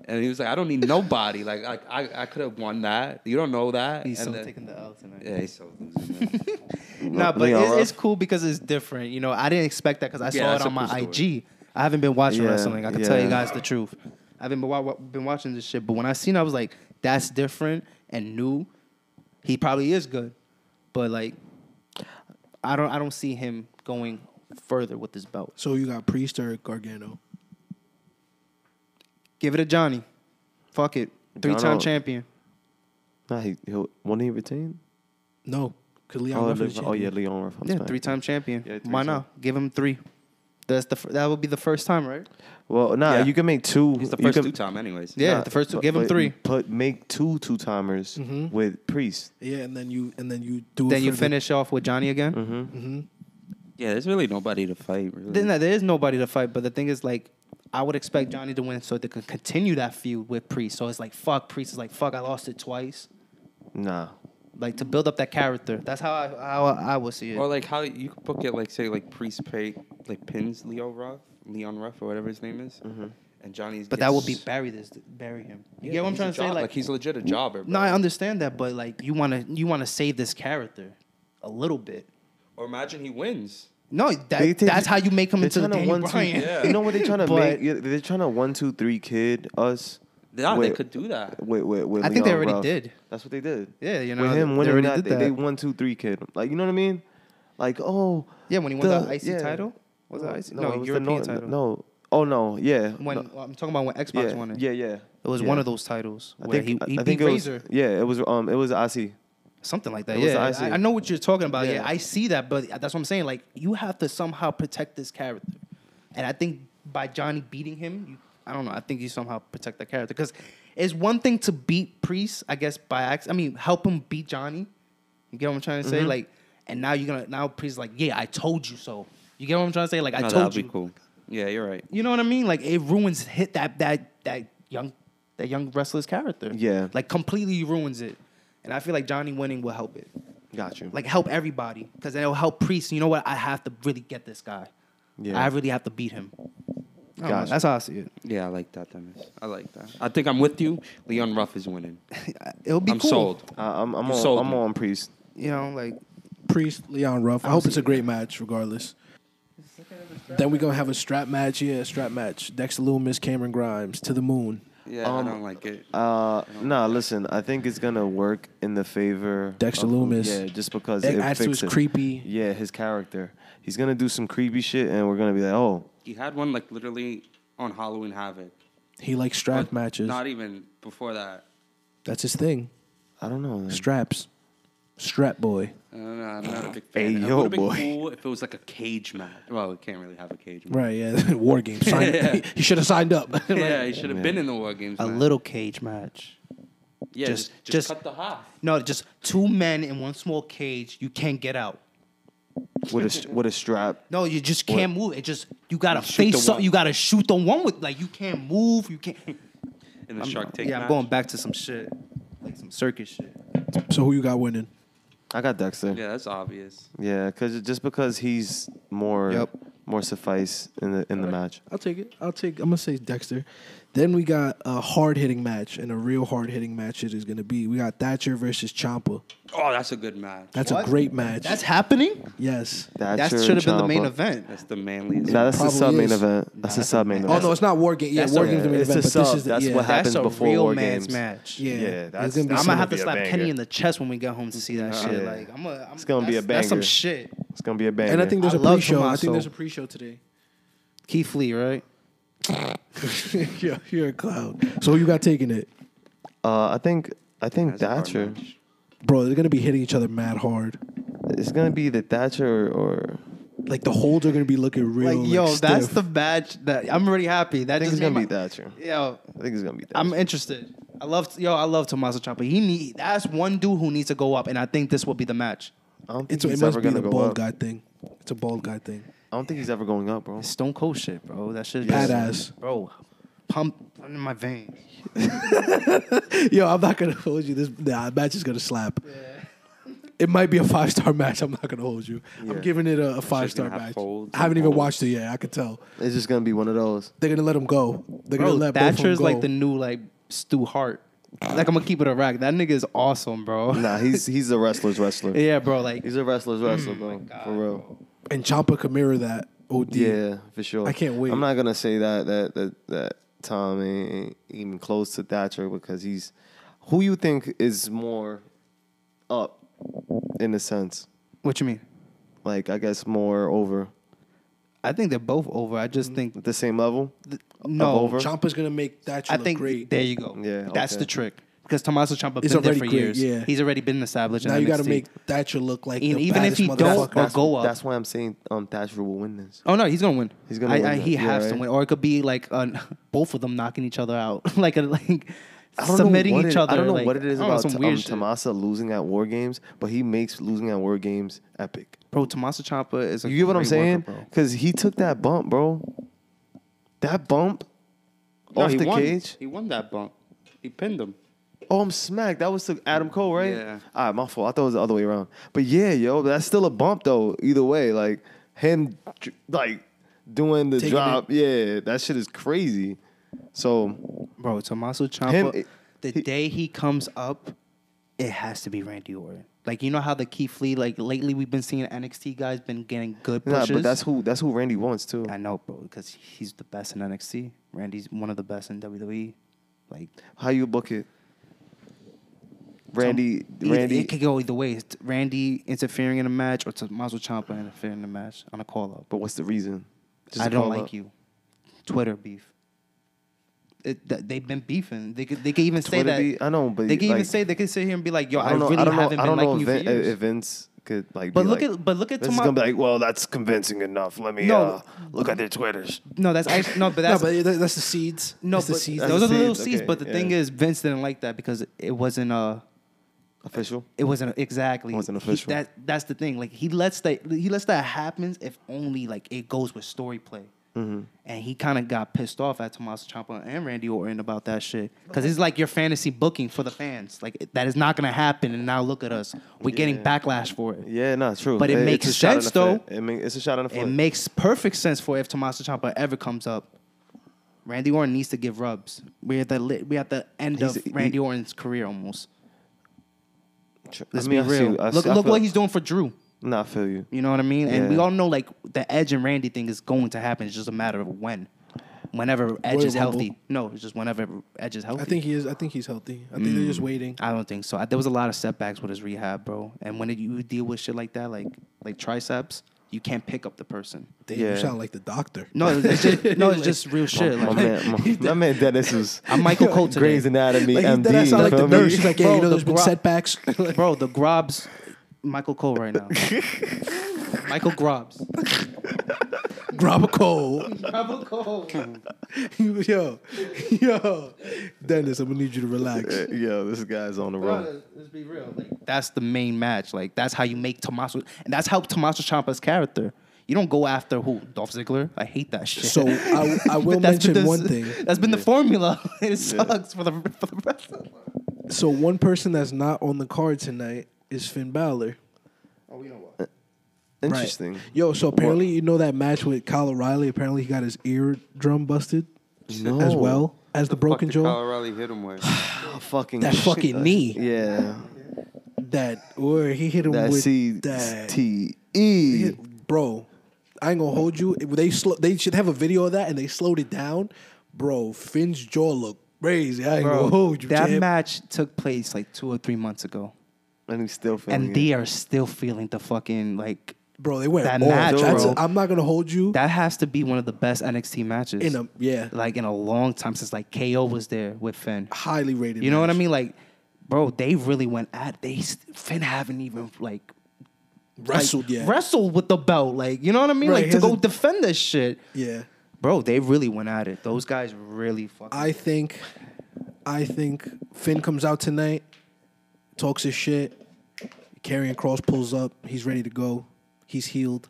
And he was like, I don't need nobody. Like, like I, I could have won that. You don't know that.
He's
and
still
then-
taking the L tonight.
Yeah, he's so losing. man.
nah, but
Leon
it's,
Ruff.
it's cool because it's different. You know, I didn't expect that because I
Yeah,
saw it
that's a
on my
cool story.
IG. I haven't been watching
Yeah,
wrestling. I can tell you
yeah.
guys the truth. I haven't been, wa- been watching this shit, but when I seen, it, I was like, "That's different and new." He probably is good, but like, I don't, I don't see him going further with this belt.
So you got Priest or Gargano?
Give it to Johnny. Fuck it, three time
Gargano-
champion.
Nah, he, he'll, won't he retain?
No, because Leon
Oh,
Ruff
Le-
is
oh yeah,
champion.
Leon Ruff. I'm
Yeah,
sorry.
three time champion.
Yeah,
Why
three-time.
not? Give him three. That's the fir- that would be the first time, right?
Well, nah,
Yeah.
you can make two.
He's the
you
first
can-
two time, anyways.
Yeah,
nah,
the first two.
but-
Give him
but
three. Mm-hmm.
Put make two two timers with Priest.
Yeah, and then you and then you do.
Then
it
you
for the-
finish off with Johnny again.
Mm-hmm.
Yeah, there's really nobody to fight. Really.
Then there is nobody to fight, but the thing is, like, I would expect Johnny to win so they could continue that feud with Priest. So it's like, fuck, Priest is like, fuck, I lost it twice.
Nah,
Like to build up that character. That's how I how I would see it.
Or like how you could book it like say like priest pay like pins Leo Ruff, Leon Ruff or whatever his name is, and Johnny's.
Mm-hmm. but that would be bury this, bury him. You get what I'm
he's a
trying to say?
job-
Like,
he's legit a jobber.
no,
bro.
I understand that, but like, you wanna you wanna save this character a little bit.
Or imagine he wins.
No,
They
that,
take-
that's how you make him
they're
into the
trying to
Daniel
one two.
Bryan.
Yeah.
You know what they're trying to
*laughs* But-
make? Yeah, They're trying to one two three kid us.
Yeah,
with-
they could do that.
With, with, with
I think they
Leon
already
Ruff.
did.
That's what they did.
Yeah, you know,
with
they-
him
they
winning
already
that,
did
they- they
that.
one two three kid. him. Like you know what I mean? Like oh
Yeah, when he won the IC
yeah.
title? Was it IC? No,
it was the
European
Nor-
title.
No, oh no, yeah.
When
no,
I'm talking about when Xbox
yeah,
won it.
yeah, yeah.
It was
yeah.
one of those titles
I
where
think I-
he, he
I
beat
think it was-
Razor,
yeah, it was um, it was IC.
something like that.
it was
Yeah,
the
I,
IC.
I know what you're talking about. Yeah.
Yeah.
I see that, but that's what I'm saying. Like you have to somehow protect this character, and I think by Johnny beating him, you, I don't know. I think you somehow protect the character because it's one thing to beat Priest, I guess by accident. I mean, help him beat Johnny. You get what I'm trying to say? Like, and now you're gonna now Priest is like, yeah, I told you so. You get what I'm trying to say? Like I
No,
told
that'd
you.
be cool. Yeah, you're right.
You know what I mean? Like it ruins hit that that that young that young wrestler's character.
Yeah.
Like completely ruins it. And I feel like Johnny winning will help it.
Got you.
Like help everybody. Because it'll help Priest. You know what? I have to really get this guy.
Yeah.
I really have to beat him. I don't know.
Gotcha.
That's how I see it.
Yeah, I like that, Dennis. I like that. I think I'm with you. Leon Ruff is winning.
It'll *laughs* be
I'm
cool.
sold.
I, I'm I'm
You
on,
sold
I'm
me.
on Priest.
You know, like
Priest, Leon Ruff. I hope it's a great match, regardless. Then we're gonna have a strap match. Yeah, a strap match. Dexter Loomis, Cameron Grimes, to the moon.
Yeah,
Um,
I don't like it.
Uh, nah, listen, I think it's gonna work in the favor.
Dexter
of-
Lumis.
Yeah, just because
That
it
adds to his
fixes-
creepy-
Yeah, his character. He's gonna do some creepy shit, and we're gonna be like, oh,
he had one like literally on Halloween Havoc.
He likes strap
But
matches.
Not even before that.
e-
That's his thing.
I don't know. man.
Straps. Strap boy.
I don't know. I'm not a big
Hey,
fan. it
yo,
would have been
boy.
cool if it was like a cage match. Well, we can't really have a cage match.
Right. Yeah. *laughs* War game. Sign,
Yeah.
*laughs* He should have signed up.
yeah, he should have been in the war games.
a
man.
little cage match.
yeah,
just-
just, just,
just-
cut the half.
No, just two men in one small cage. You can't get out.
With a st- with a strap.
No, you just can't move. It just you gotta
Shoot the
face up.
one.
You gotta shoot the one with like you can't move. You can't.
In the *laughs* Shark Tank
yeah, I'm
match.
going back to some shit, like some circus shit.
so who you got winning?
I got Dexter.
Yeah, that's obvious.
Yeah, cause just because he's more
Yep.
more suffice in the in the match.
I'll take it. I'll take. I'm gonna say Dexter. Then we got a hard hitting match, and a real hard hitting match it is gonna be. We got Thatcher versus Champa.
Oh, that's a good match.
That's
What?
a great match.
That's happening.
yes.
That
Thatcher,
should have been the main
Ciampa.
event.
That's the manliest.
Nah, that's the
Probably
sub main
is.
event. That's the sub main
Oh
event.
no, it's not war game. Yeah,
that's
war
a-
games the main
it's
event.
a
But this
sub.
is the,
That's
yeah.
what
That's
happens
a
before
real
War
man's
Games.
match.
Yeah,
Yeah, that's-
it's gonna be.
It's
I'm
some-
gonna have to
be a
slap Kenny
banger.
in the chest when we get home to see that shit.
Yeah.
Like I'm, a, I'm
It's gonna be a
that's- That's some
banger.
shit.
It's gonna be a banger.
and I think there's
Oh, I
a
love
pre-show. I
Tommaso.
think there's a pre-show today. *laughs*
Keith Lee, right?
you're, you're a clown. So who you got taking it,
uh, I think I think
That's a hard
Thatcher.
match.
bro? They're gonna be hitting each other mad hard.
It's gonna be the Thatcher or, or
Like the holds are gonna be looking real.
Like yo, that's
stiff.
the match that I'm already happy. That
I think
just
it's gonna
made
be
my-
Thatcher.
Yo,
I think it's gonna be Thatcher.
I'm interested. I love yo, I love Tommaso Ciampa. He need that's one dude who needs to go up, and I think this will be the match.
I don't think
It's,
he's
it must
ever
be
gonna
the
go
bald
up.
guy thing. It's a bald guy thing.
I don't think he's ever going up, bro.
Stone Cold shit, bro. That shit, *laughs*
Badass.
just- bro. Pump in my veins.
Yo, I'm not gonna hold you. This nah, match is gonna slap. It might be a five star match. I'm not gonna hold you.
Yeah.
I'm giving it a, five star
have
match.
folds
I haven't
and
even
folds.
watched it yet. I could tell
It's just gonna be one of those.
they're gonna let him go. They're
Bro,
gonna let both of them
Thatcher's
go.
like the new like Stu Hart. Like I'm gonna keep it a rack. That nigga is awesome, bro.
Nah, he's he's a wrestler's wrestler.
*laughs*
yeah, bro. Like
He's a wrestler's wrestler, bro. for real.
and Champa could mirror that. OD.
Yeah, for sure.
I can't wait.
I'm not gonna say that that that that Tom ain't, ain't even close to Thatcher because he's who you think is more up in a sense,
what you mean?
like I guess more over
I think they're both over. I just think
the same level.
no.
over?
Champa's gonna make that.
I think
great.
there you go.
Yeah,
that's
okay.
the trick. Because Tommaso Ciampa
He's
been there
already
for
great,
years.
yeah.
He's already been established.
now
in
you gotta
NXT.
make Thatcher look like
And
the
even if
baddest
he
motherfucker.
don't or go up,
That's why I'm saying um, Thatcher will win this.
Oh no, he's gonna win.
He's gonna
I,
win
I,
that.
he
Yeah,
has to
right.
win, or it could be like an, both of them knocking each other out, *laughs* like a, like
I don't
submitting
know what
each
it,
other.
I don't know
like,
what it is
I don't know,
about
some
T-
weird
um,
shit.
Tomasa losing at War Games, but he makes losing at War Games epic.
Bro, Tommaso Ciampa is. A
You get what I'm
great
saying?
worker,
Because he took that bump, bro. That bump
No,
off
he
the
won.
cage.
He won that bump. He pinned him.
Oh, I'm smacked. That was to Adam Cole, right?
Yeah.
All right, my fault. I thought it was the other way around. But yeah, yo, that's still a bump though. Either way, like him, dr- like doing the
Taking
drop. Yeah, that shit is crazy. So
bro. Bro, Tommaso Ciampa.
Him-
the
he-
day he comes up, it has to be Randy Orton. Like you know how the Keith Lee. Like lately, we've been seeing NXT guys been getting good
nah,
pushes.
but that's who that's who Randy wants too.
I know, bro, because he's the best in NXT. Randy's one of the best in WWE. Like
How you book it? Randy,
Either-
Randy,
It could go either way. It's Randy interfering in a match or Tommaso Ciampa interfering in a match on a call up.
But what's the reason? Just
I
a
don't
call
like
up.
you. Twitter beef. It, th- they've been beefing. They could, they could even say
Twitter
that.
beef? I know, but
they could even
like-
say they could sit here and be like, "Yo, I,
I don't know.
really
I don't know.
haven't
I don't
been
know
liking
if,
you
Vin,
for years."
if Vince could like.
But
be
look
like,
at- but look at
Vince is
Tomas-
gonna be like, well, that's convincing enough. Let me
No.
uh, look at their twitters.
no, that's I,
*laughs*
no, but
No,
that's
but that- that's the seeds.
no,
That's
but
the seeds.
that's
those
the
are the little
seeds,
seeds.
okay,
But the thing
yeah.
is, Vince didn't like that because it wasn't uh
Official.
It wasn't exactly.
Wasn't
He-
official.
that that's the thing. Like he lets that he lets that happens if only like it goes with story play.
Mm-hmm.
And he kind of got pissed off at Tommaso Ciampa and Randy Orton about that shit because it's like your fantasy booking for the fans. Like it- that is not gonna happen. And now look at us. We're getting backlash for it.
Yeah, no, true.
But it
it's
makes
a shot in
sense,
the foot.
though.
It make, it's a shot on the
It
foot.
makes perfect sense for if Tommaso Ciampa ever comes up. Randy Orton needs to give rubs. We're at the li- we're at the end
He's-
of
he-
Randy Orton's career almost.
Tr-
Let's
I mean,
be
I see-
real.
I see-
look
I
look
feel-
what he's doing for Drew.
Nah, I
*laughs*
feel you.
You know what I mean? And we
Yeah.
all know like the Edge and Randy thing is going to happen. It's just a matter of when. Whenever Edge
Royal
is healthy.
Rumble.
No, it's just whenever Edge is healthy.
I think he is. I think he's healthy. I think they're just waiting.
I don't think so. I, there was a lot of setbacks with his rehab, bro. And when you deal with shit like that, like like triceps, you can't pick up the person.
Damn,
Yeah.
you sound like the doctor.
No, it's just, no, it's just real shit.
My
Like,
man, my,
*laughs*
my man Dennis is.
I'm Michael Cole today.
*laughs* Grey's Anatomy,
Like,
MD.
that I sound like
you
the
feel me?
nurse. She's like, yeah,
Bro,
you
the
know, there's been
gro-
setbacks. *laughs*
Bro, the Grobs, Michael Cole right now. Michael Grobs.
Grab a cold. *laughs*
Michael Cole.
yo, *laughs* yo, Dennis, I'm gonna need you to relax.
*laughs* Yo, this
*laughs*
guy's on the road.
let's be real. Like, that's the main match. Like that's how you make Tommaso, and that's how Tommaso Ciampa's character. You don't go after who Dolph Ziggler. I hate that shit. *laughs*
So I, I will
But that's been
mention
the-
one thing.
That's been the formula. *laughs* It sucks for the for the rest. Of
So one person that's not on the card tonight is Finn Balor.
oh, you know what?
Right.
Interesting.
Yo, so apparently you know that match with Kyle O'Reilly. Apparently he got his eardrum busted
No.
as well as the, broken
Fuck did
jaw.
Kyle O'Reilly hit
*sighs*
him with.
Oh, fucking
That
shit.
fucking knee.
Yeah.
That or he hit him
That
with
C
that.
T E.
Hit- bro. I ain't gonna hold you. If They slow. They should have a video of that, and they slowed it down, bro. Finn's jaw looked crazy. I ain't gonna hold you.
that
champ.
match took place like two or three months ago,
And he's still feeling
and
it.
they are still feeling the fucking like.
bro, they went
that
off.
match,
That's-
bro.
I'm not gonna hold you.
That has to be one of the best NXT matches
In a- yeah.
like in a long time since like KO was there with Finn.
highly rated.
You know what I
match.
mean? Like, bro, they really went at they s- Finn haven't even like like,
Wrestled yet?
wrestled with the belt. Like, you know what I mean?
Right,
like to go
hasn't-
defend that shit.
yeah,
Bro, they really went at it. Those guys really fucking
I think, I think Finn comes out tonight, talks his shit. Karrion Cross pulls up. He's ready to go. He's healed.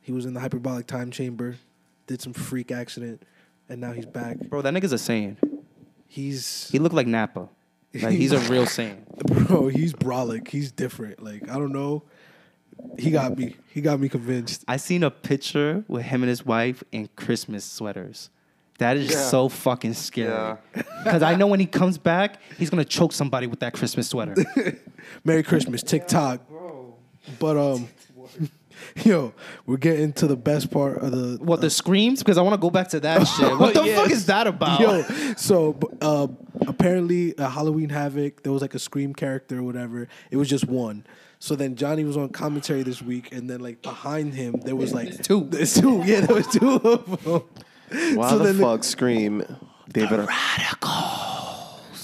He was in the hyperbolic time chamber, did some freak accident, and now he's back.
Bro, that nigga's a saint.
He's
He looked like Napa. Like he's
*laughs*
a real saint.
bro. He's brolic. He's different. Like I don't know. He got me. He got me convinced.
I seen a picture with him and his wife in Christmas sweaters. That is so fucking scary. *laughs* Because I know when he comes back, he's gonna choke somebody with that Christmas sweater.
Merry Christmas, TikTok. But um, *laughs* yo, we're getting to the best part of the
what the screams? Because I want to go back to that shit.
*laughs*
What the fuck is that about?
Yo, so b- uh, apparently uh, Halloween Havoc, there was like a Scream character or whatever. It was just one. So then Johnny was on commentary this week, and then like behind him there was like two. There's two. *laughs* Yeah, there was two of them.
Why
So
the
then the-
fuck scream, David?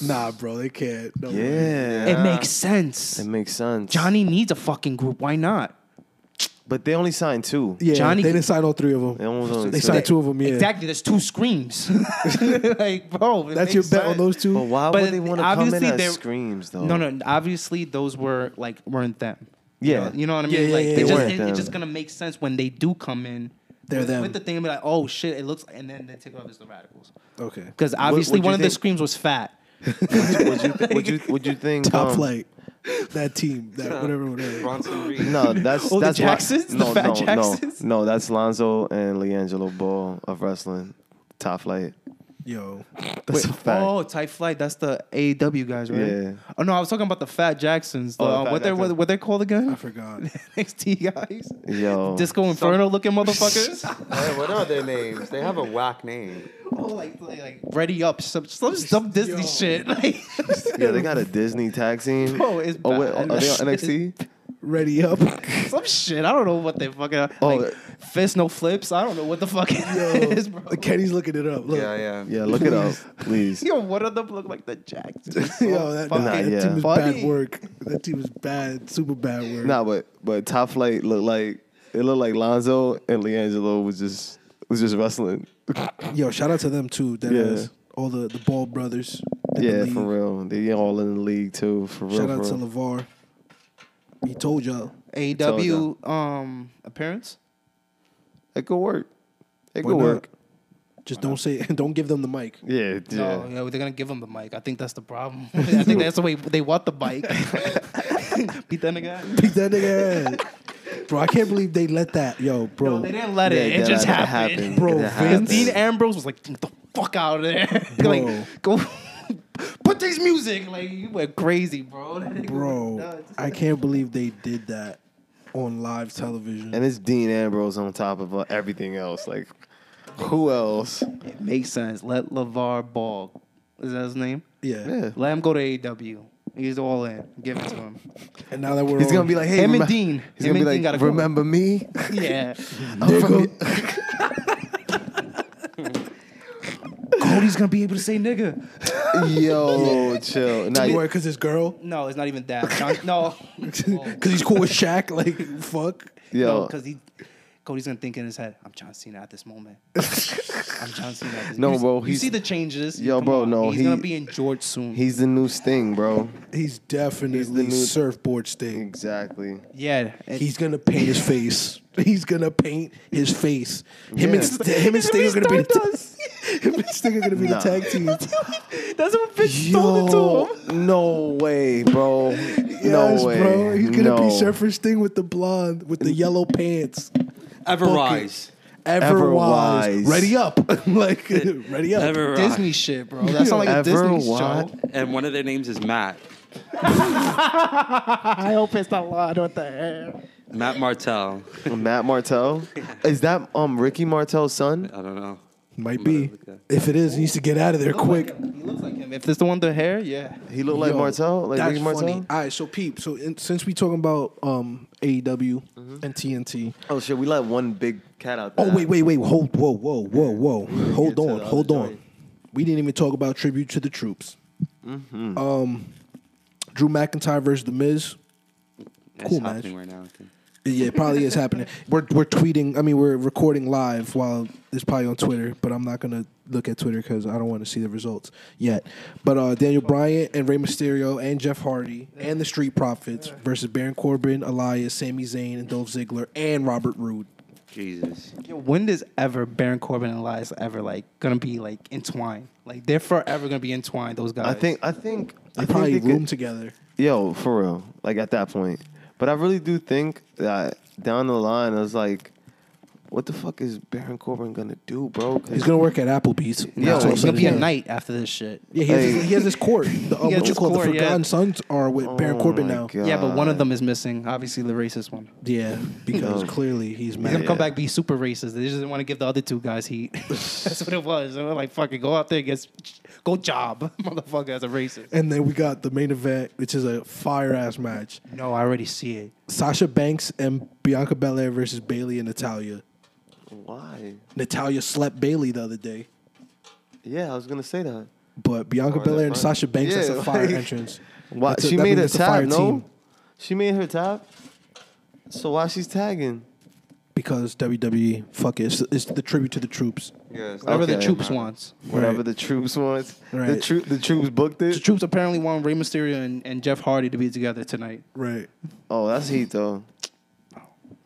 Nah, bro, they can't. No way.
Yeah,
it makes sense.
it makes sense.
Johnny needs a fucking group. Why not?
but they only signed two.
Yeah,
Johnny-
They didn't sign all three of
They
them.
almost only
They
signed
signed two of them. Yeah,
Exactly. There's two screams. *laughs* like, bro, it
That's your
makes
bet on
sense.
those two.
But why
But
would they want to come in
obviously
as
they're-
screams though?
No, no. Obviously, those were like weren't them.
Yeah.
you know, you know what I
Yeah,
mean.
yeah,
like they
yeah, yeah.
just,
They weren't
it-
them.
it's just gonna make sense when they do come in.
They're
with,
them.
with the thing be like, oh shit, it looks, and then they take it off as the radicals
Okay.
because obviously
what'd you
one of the
think?
screams was fat.
Would you, would you would you think
Top
um,
flight. That team. That whatever. Whatever.
Bronson Reed.
No, that's
Oh, the
that's Lon-
Jacksons? The
no,
fat
no,
Jacksons?
no, no. That's Lonzo and Leangelo Ball of wrestling. Top flight.
Yo.
That's a fact.
Oh, Type Flight, that's the AEW guys, right?
Yeah.
Oh no, I was talking about the Fat Jacksons. The,
Oh, the
uh,
Fat
what they what,
Jacksons.
what they called again?
I forgot.
*laughs* NXT guys.
Yo,
Disco Inferno looking motherfuckers.
Oh. *laughs* Hey, what are their names? They have a whack name.
*laughs* oh, like, like like ready up some some dumb Disney shit. *laughs* Like,
yeah, they got a Disney tag team.
Bro, it's
oh, wait,
bad. *laughs*
are they on NXT?
Ready up.
some shit. I don't know what they fucking
Oh,
like. Fist no flips. I don't know what the fuck it
Yo.
is, bro.
Kenny's looking it up. Look.
Yeah, yeah.
Yeah, look it up,
*laughs*
please.
Yo, one of them look like the Jacksons.
*laughs* Yo, that,
Nah,
that
yeah.
team is
Funny.
bad work. That team is bad, super bad work.
Nah, but but top flight looked like it looked like Lonzo and Leangelo was just was just wrestling.
Yo, shout out to them too. That
Yeah.
is all the the Ball brothers. in the
Yeah,
league.
for real. They all in the league too. For real.
Shout
for
out to
real.
Levar. He told y'all.
AW um appearance.
It could work. It
Why
could
not? Oh,
work.
Just don't say, *laughs* don't give them the mic.
Yeah, yeah.
No, Oh, yeah, they're gonna give him the mic. I think that's the problem. *laughs* I think that's the way they want the mic. *laughs* Beat that nigga.
Beat that nigga ass. bro, I can't believe they let that. Yo, bro.
No, they didn't let
Yeah,
it.
yeah,
it just
that
happened.
Bro,
It
Vince-
happened.
Dean Ambrose was like, "Get the fuck out of there!" *laughs*
Bro.
like, go *laughs* put this music. Like, you went crazy, bro. *laughs* That nigga went
bro,
nuts.
I can't believe they did that on live television.
And it's Dean Ambrose on top of uh, everything else. Like, who else?
it makes sense. Let Levar Ball. Is that his name?
yeah.
Yeah.
Let him go to AEW. He's all in. Give it to him. *laughs*
And now that we're
He's
on,
gonna be like, hey,
Him and
remem-
Dean.
He's
Him
gonna be
and Dean
like,
gotta go.
remember me?
Yeah.
I'm *laughs* from
Cody's gonna be able to say nigga.
*laughs* Yo, chill. Nah,
don't
you-
worry, cause his girl,
No, it's not even that. John- no.
*laughs* cause he's cool with Shaq. Like, fuck.
No,
yo,
because he Cody's gonna think in his head, I'm John Cena at this moment. I'm John Cena. At this
No,
you,
bro,
You
he's-
see the changes.
Yo,
Come
bro,
on.
no,
He's
he-
gonna be in George soon.
he's the new Sting, bro.
He's definitely
new-
surfboard sting.
Exactly.
yeah. and-
He's gonna paint his face. *laughs* He's gonna paint his face. Him and St- *laughs* him and
He's gonna
Sting are
be
gonna be.
*laughs*
The
Stardust.
t- him and Sting are gonna be
Nah.
the tag *laughs* team.
That's what Vince told it to him.
no way,
*laughs*
bro.
Yes,
no way,
bro. He's gonna
no.
be Surfer Sting with the blonde, with the yellow pants.
Ever
Rise. Ever
Ever
wise.
wise.
Ready up. *laughs* like, ready up.
Ever
Disney shit, bro. That sounds like a
Ever
Disney
what?
show.
And one of their names is Matt.
I hope it's not loud. What the hell?
Matt Martell.
Matt Martell. Is that um Ricky Martell's son?
I don't know.
Might
gonna
be.
look that.
If it is, he needs to get out of there
Oh
quick.
He looks like him. If this the one with the hair, yeah.
He looked like
Yo,
Martell, like
that's
Ricky Martell.
funny. All right, so peep. So in, since we talking about um, AEW and TNT.
Oh shit, we let one big cat out there.
Oh wait, wait, wait. Hold, whoa, whoa, whoa, whoa. Hold
to the
on,
other
hold on.
joint.
We didn't even talk about tribute to the troops. Um, Drew McIntyre versus The Miz.
That's
Cool
happening
match.
right now. I think.
Yeah, it probably is happening. We're we're tweeting. I mean, we're recording live while it's probably on Twitter, but I'm not gonna look at Twitter because I don't want to see the results yet. But uh, Daniel Bryant and Rey Mysterio and Jeff Hardy and the Street Profits versus Baron Corbin, Elias, Sami Zayn, and Dolph Ziggler and Robert Roode.
Jesus.
Yo, when does ever Baron Corbin and Elias ever like gonna be like entwined? Like they're forever gonna be entwined. Those guys.
I think I think I
They
think
probably
they could-
room together.
Yo, for real. Like at that point. But I really do think that down the line, I was like, what the fuck is Baron Corbin gonna do, bro? 'Cause-
He's gonna work at Applebee's.
Yeah,
That's
So
all
it's
said
gonna be a
and done.
night after this shit.
Yeah, he has,
Hey.
his, he has
*laughs*
his court. The, um,
He has
what you
his
call
court,
the
yeah.
Forgotten Sons are with Baron
Oh
Corbin
my
now.
God.
Yeah, but one of
God.
them is missing. Obviously, the racist one.
Yeah, because
Yo.
clearly
Oh.
he's
He's
mad.
gonna
Yeah.
come back be super racist. They just didn't want to give the other two guys heat. *laughs* That's what it was. They were like, "Fucking go out there, and get go job, *laughs* motherfucker, as a racist."
And then we got the main event, which is a fire ass match.
No, I already see it.
Sasha Banks and Bianca Belair versus Bailey and Natalia.
Why?
Natalia slept Bailey the other day,
Yeah, I was gonna say that.
but Bianca
Or Oh, that
Belair and
fire-
Sasha Banks, that's
Yeah, *laughs*
a fire
like-
entrance.
Why
That's
she
that
made
means
a
it's fire
tap, no?
team
She made her tap. So why she's tagging?
Because WWE, fuck it, it's, it's the tribute to the troops.
Yes.
Whatever the
Okay.
troops wants.
Whatever
Right.
the troops want. The
Right.
troop the troops booked
The
it.
troops apparently want Rey Mysterio and, and Jeff Hardy to be together tonight.
Right.
Oh, that's heat though.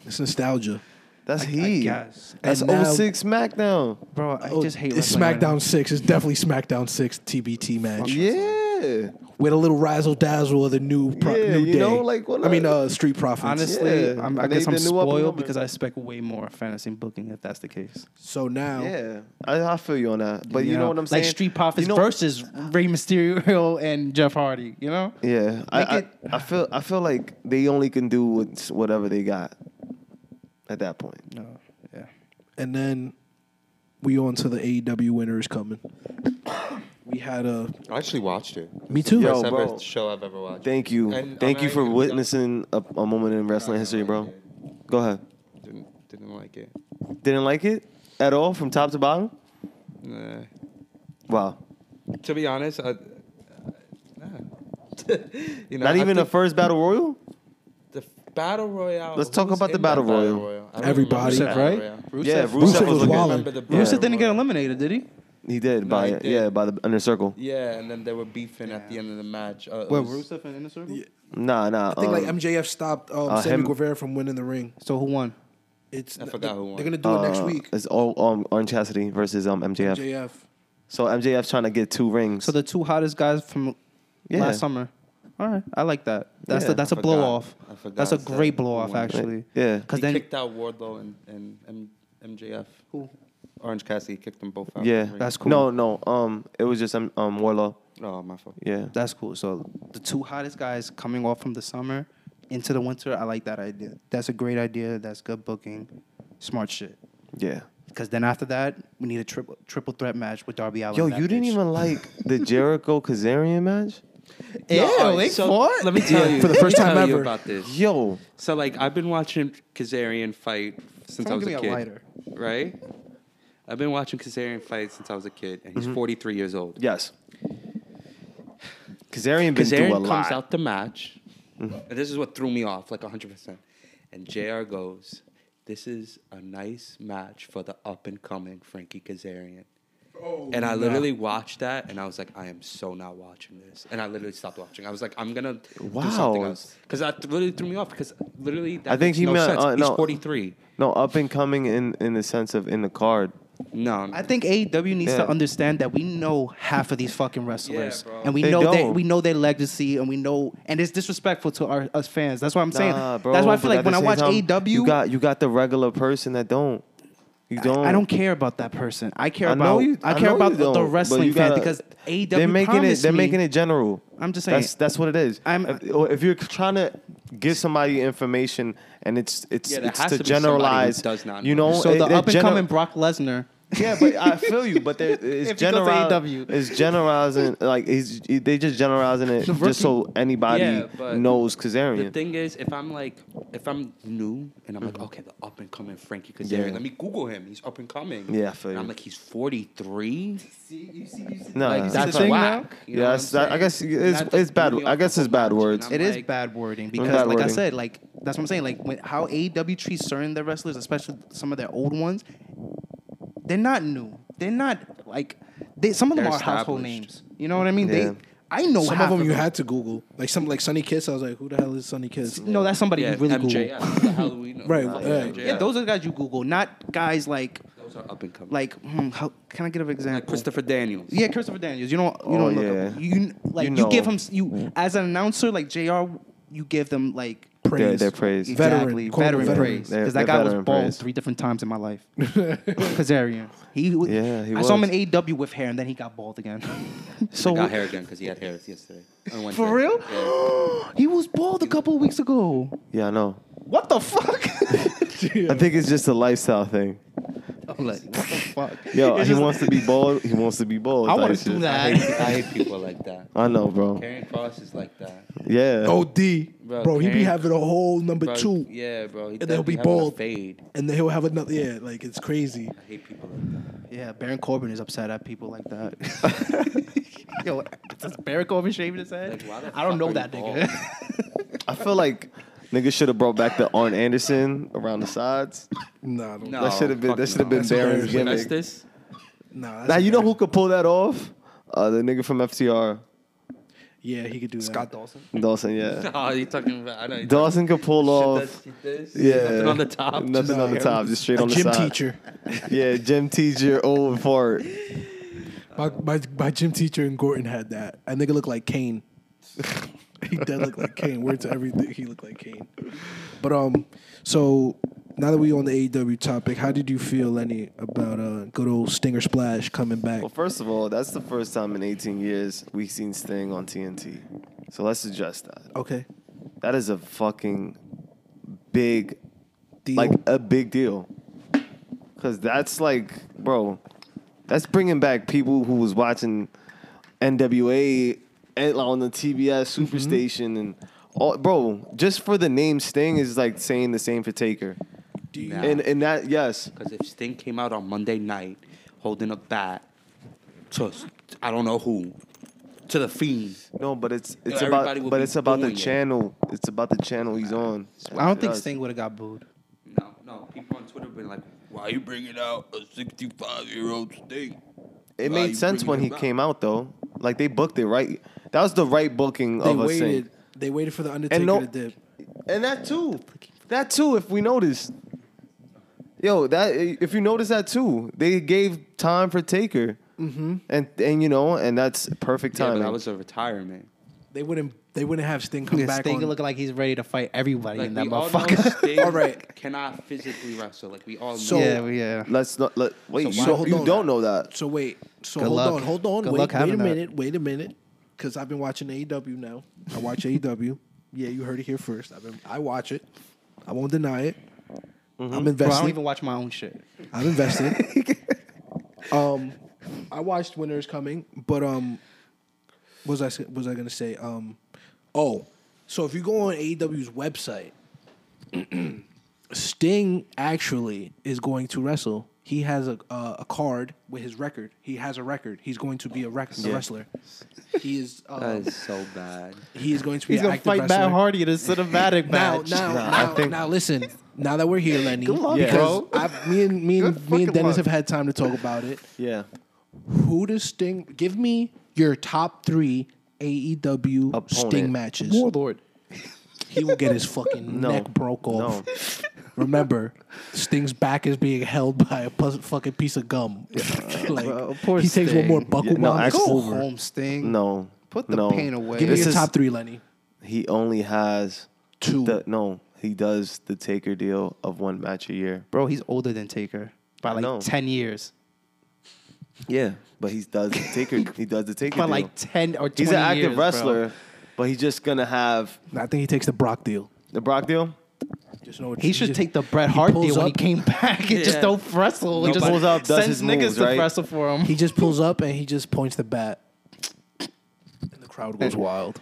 It's nostalgia.
That's
I
heat.
guess.
That's
And now-
06 SmackDown.
Bro, I
Oh,
just hate
it's
wrestling right
SmackDown Six. It's definitely SmackDown Six TBT match
Yeah.
with a little razzle dazzle of the new pro-
Yeah,
new
you
day.
know, like, what
I mean,
a-
uh, Street Profits.
now. Honestly,
Yeah.
I'm, I
And they
guess I'm
did new up and
spoiled
coming.
because I expect way more fantasy booking if that's the case.
so now,
Yeah. I, I feel you on that. But you know what I'm saying?
Like Street Profits
You know-
versus Rey Mysterio *laughs* and Jeff Hardy, you know?
Yeah, I,
Make
I,
it-
I feel I feel like they only can do what's- whatever they got at that point.
No, yeah.
and then we on to the AEW winner is coming. we had a
I actually watched it.
me too.
Yo,
Best ever
bro.
show I've ever watched.
Thank you,
And
thank
I'm
you
not
for
even-
witnessing a, a moment in wrestling history, bro. Go ahead.
Didn't, didn't like it.
Didn't like it at all from top to bottom.
Nah.
Wow.
To be honest, I, uh, nah. *laughs* you know,
Not
I
even the
think
first battle royal.
the battle royale.
Let's
who
talk
was
about the
in
battle
that
royal.
I don't
Everybody.
remember the
Rusev,
battle
right?
royal.
Yeah,
Rusev-
Rusev,
Rusev was
was, looking.
wild.
Remember the
Rusev
battle
didn't get
royal.
eliminated, did he?
He did
No,
by
he did.
yeah by the inner circle.
Yeah, and then they were beefing at the end of the match. Uh, it
Well,
was-
Rusev and Inner Circle?
Nah, nah.
I think like
um,
MJF stopped um,
uh,
Sammy
him-
Guevara from winning the ring.
So who won?
It's
I forgot
they,
who won.
They're gonna do it next
uh,
week.
It's all um, Orange Cassidy versus um MJF.
MJF.
So MJF's trying to get two rings.
So the two hottest guys from
Yeah.
last summer. All right, I like that. That's
Yeah,
a, that's
I
a blow
forgot.
off.
I forgot
That's a
that
great blow off,
one.
actually.
Yeah.
because
he
then
kicked out Wardlow and, and M- MJF. Who? Orange Cassidy kicked them both out.
yeah,
That's cool.
No, no. Um, it was just um, um Warlow.
Oh, my fault.
Yeah.
that's cool. So the two hottest guys coming off from the summer into the winter. I like that idea. That's a great idea. That's good booking. Smart shit.
Yeah.
Because then after that, we need a triple triple threat match with Darby Allin.
Yo,
and Oh, that
you didn't
bitch.
even like the Jericho Kazarian match?
Ew,
alright,
they
so
fought?
Let me tell
Yeah,
you
for the
let me
first time
tell you
ever.
about this.
Yo,
So like I've been watching Kazarian fight since I
Someone
was
give
a
me
kid.
a lighter.
Right? I've been watching Kazarian fight since I was a kid, and he's
Mm-hmm.
43 years old.
yes. Kazarian been
Kazarian
through
comes
a lot. Mm-hmm.
out the match, and this is what threw me off like 100%. And JR goes, This is a nice match for the up and coming Frankie Kazarian. and I literally watched that, and I was like, I am so not watching this. And I literally stopped watching. I was like, I'm gonna do something
Wow.
else because that really threw me off. Because literally, that
I think
makes
he
no
meant
sense.
uh,
He's
no,
43.
No, up and coming in in the sense of in the card.
No,
I think AEW needs
Yeah.
to understand that we know half of these fucking wrestlers,
bro.
and we
They
know their,
don't.
we know their legacy, and we know, and it's disrespectful to our us fans. That's why I'm saying.
Nah, bro,
that's why I feel
but
like
at
when
the
I
same
watch E
time,
AEW,
you got you got the regular person that don't. You don't.
I don't care about that person. I care
I
about
know you.
I care
know
about
you
the,
don't, but
the
you
wrestling fan
gotta-
because AEW
They're making it.
promised
They're
me-
making it general.
I'm just
That's
saying.
that's what it is.
I'm-
if, or if you're trying to give somebody information and it's it's
Yeah, there
it's
has
to,
to be somebody who
generalize,
does not
you
know.
know.
So
it-
the
they're
up and
gener-
coming Brock Lesnar.
Yeah, but I feel you.
*laughs*
But there, it's
If you go to
E
general.
AEW.
It's generalizing. Like it's, they just generalizing it
The
just so anybody
Yeah, but
knows Kazarian.
The thing is, if I'm like, if I'm new and I'm like, okay, the up and coming Frankie Kazarian,
Yeah.
let me Google him. He's up and coming.
Yeah, I feel
And
you. Uh,
I'm like, he's 43.
no,
like,
see
that's
the thing
whack.
now?
You know
Yeah,
what
that's-
I'm
that- I
saying?
guess it's-
That just
it's bad-
threw me
I
off
guess
a
it's bad
bunch, and
words.
I'm
It is
like,
bad wording because,
bad
like I
wording.
said, like that's what I'm saying. Like when, how AEW treats certain their wrestlers, especially some of their old ones, they're not new. They're not like they. Some of them
They're
are household
established.
names. You know what I mean?
Yeah.
They I know
Some
half
of them you
it.
had to Google, like some like Sunny Kiss. I was like, who the hell is Sunny Kiss?
No, that's somebody
Yeah,
you really
MJF.
Google.
How the hell do we know?
Right,
Like,
right.
MJF.
Yeah, those are the guys you Google, not guys like
Those are up and coming.
like hmm, how can I get an example?
Like Christopher Daniels.
Yeah, Christopher Daniels. You don't you
Oh,
don't look
yeah.
up. You like
You
you,
know.
give him you as an announcer like JR you give them like
They're,
Praise.
they're praised.
Veteran.
Exactly.
Call him
Veteran,
veteran.
praise.
They're-
Because
they're
that guy was
veteran
bald
praise.
three different times in my life. Kazarian. He, w-
Yeah, he
I saw him
was.
in AW with hair, and then he got bald
*laughs*
again.
I
so
got hair again because he had hair yesterday. on Wednesday.
for real,
Yeah.
*gasps* he was bald a couple of weeks ago.
Yeah, I know.
What the
*laughs*
fuck?
I think it's just a lifestyle thing.
I'm like, what the fuck?
Yo,
It's
he
just-
wants to be bald. He wants to be bald.
I
Like,
want
it's
to do
just-
I
that.
hate, I hate people like that.
I know, bro.
Karen Cross is like that.
Yeah.
Oh.
OD,
Bro,
bro, he be
Kane-
having a whole number
Bro,
two,
Yeah, bro. He
and
does
they'll be
having a
bald,
Fade.
and then he'll have another. Yeah, like it's crazy.
I hate people like that.
Yeah, Baron Corbin is upset at people like that. *laughs* Yo, does Baron Corbin shave his head?
Like, why the
I don't
fuck
know
are
that *laughs*
you
nigga.
I feel like niggas should have brought back the Arn Anderson around the sides.
Nah, I don't-
No,
That should have been.
fuck
That
no.
should have been
That's
Baron's
hilarious.
*laughs*
gimmick.
Justice?
nah.
Now
that's-
you know who could pull that off? Uh, the nigga from FTR,
Yeah, he could do that.
Scott Dawson.
Dawson. Yeah,
Oh, you talking about? I know. you
Dawson could pull
talking-
off.
shit does- shit does.
Yeah,
Nothing on the top.
Nothing on the top. Just straight
a
on the
gym
side.
teacher.
*laughs* Yeah, gym teacher. Old fart.
My, my my gym teacher in Gorton had that. That nigga looked like Kane. *laughs* he did look like Kane. Word to everything, he looked like Kane. But um, so now that we on the AEW topic, how did you feel, Lenny, about uh good old Stinger Splash coming back?
Well, first of all, that's the first time in 18 years we've seen Sting on TNT. So let's address that.
Okay,
That is a fucking big,
deal.
like a big deal. Cause that's like, bro, that's bringing back people who was watching NWA and on the TBS
Mm-hmm.
Superstation and all, bro. Just for the name Sting is like saying the same for Taker.
Do you-
Nah.
And and that yes,
Because if Sting came out on Monday night holding a bat to I don't know who, to the Fiend,
no, but it's it's
Everybody
about
will
but
be
it's about the
booing it.
channel. It's about the channel he's on. That's what
I
it
don't think
does.
Sting would have got booed.
no, no, people on Twitter been like, why you bringing out a 65 year old Sting?
It
Why
made
you
sense when
bringing
he
him out?
came out though. Like they booked it right. That was the right booking
they
of a
waited.
thing.
They waited for the Undertaker
no-
to dip.
And that too. That too, if we notice. Yo, that if you notice that too, they gave time for Taker. Mm-hmm. And and you know, and that's perfect
Yeah,
timing.
but that was a retirement.
They wouldn't. They wouldn't have Sting come back.
Sting
on-
look like he's ready to fight everybody
Like
in
we
that
all know
*laughs*
motherfucker.
Sting
All right.
cannot physically wrestle. Like we all know.
*laughs*
So-
yeah, yeah.
Let's not let wait.
So why-
so
hold
you
on.
don't know that.
So wait. So
Good
hold
luck.
on, hold on.
Good
wait,
luck
wait a
having that.
minute. Wait a minute. Because I've been watching AEW now.
*laughs*
I watch AEW. Yeah, you heard it here first. I've been. I watch it. I won't deny it. I'm
Bro, Mm-hmm. I don't
invested.
even watch my own shit.
I'm invested. um, I watched Winter's Coming, but um, what was I sa- what was I gonna say? Um, oh, so if you go on AEW's website, *clears throat* Sting actually is going to wrestle. He has a uh, a card with his record. He has a record. He's going to be a, rec- a wrestler. He is.
that
Uh,
is so bad.
he is going to be. an active wrestler.
Hardy in a *laughs* cinematic
Now, now, now, now, listen. Now that we're here, Lenny,
luck,
because
bro.
I, me and me and me and
fucking
Dennis
luck.
have had time to talk about it.
Yeah.
Who does Sting? Give me your top three AEW
Opponent.
Sting matches.
Warlord.
He
*laughs*
will get his fucking
No.
neck broke
No.
off. Remember, Sting's back is being held by a pus- fucking piece
*laughs*
of gum. *laughs* like
Well, poor
he takes one
Sting.
more buckle
Yeah, no,
bomb. it's
actually-
Go
over.
home, Sting.
No.
Put the
no.
pain away.
Give me
This
your
is-
top three, Lenny.
He only has
Two.
the no. He does the Taker deal of one match a year.
Bro, he's older than Taker by like
know.
10 years.
Yeah, but he does the Taker. he does the Taker
By
deal.
like 10 or 20
He's an active
years, bro.
wrestler, but he's just gonna have
I think he takes the Brock deal.
the Brock deal.
Just know what
He
you-
should
just-
take the Bret Hart
pulls
deal when he
up-
came back and just
Yeah.
don't wrestle. He just
Pulls up, does
sends
his
niggas
moves,
to
right?
wrestle for him.
He just pulls up and he just points the bat. And the crowd goes wild.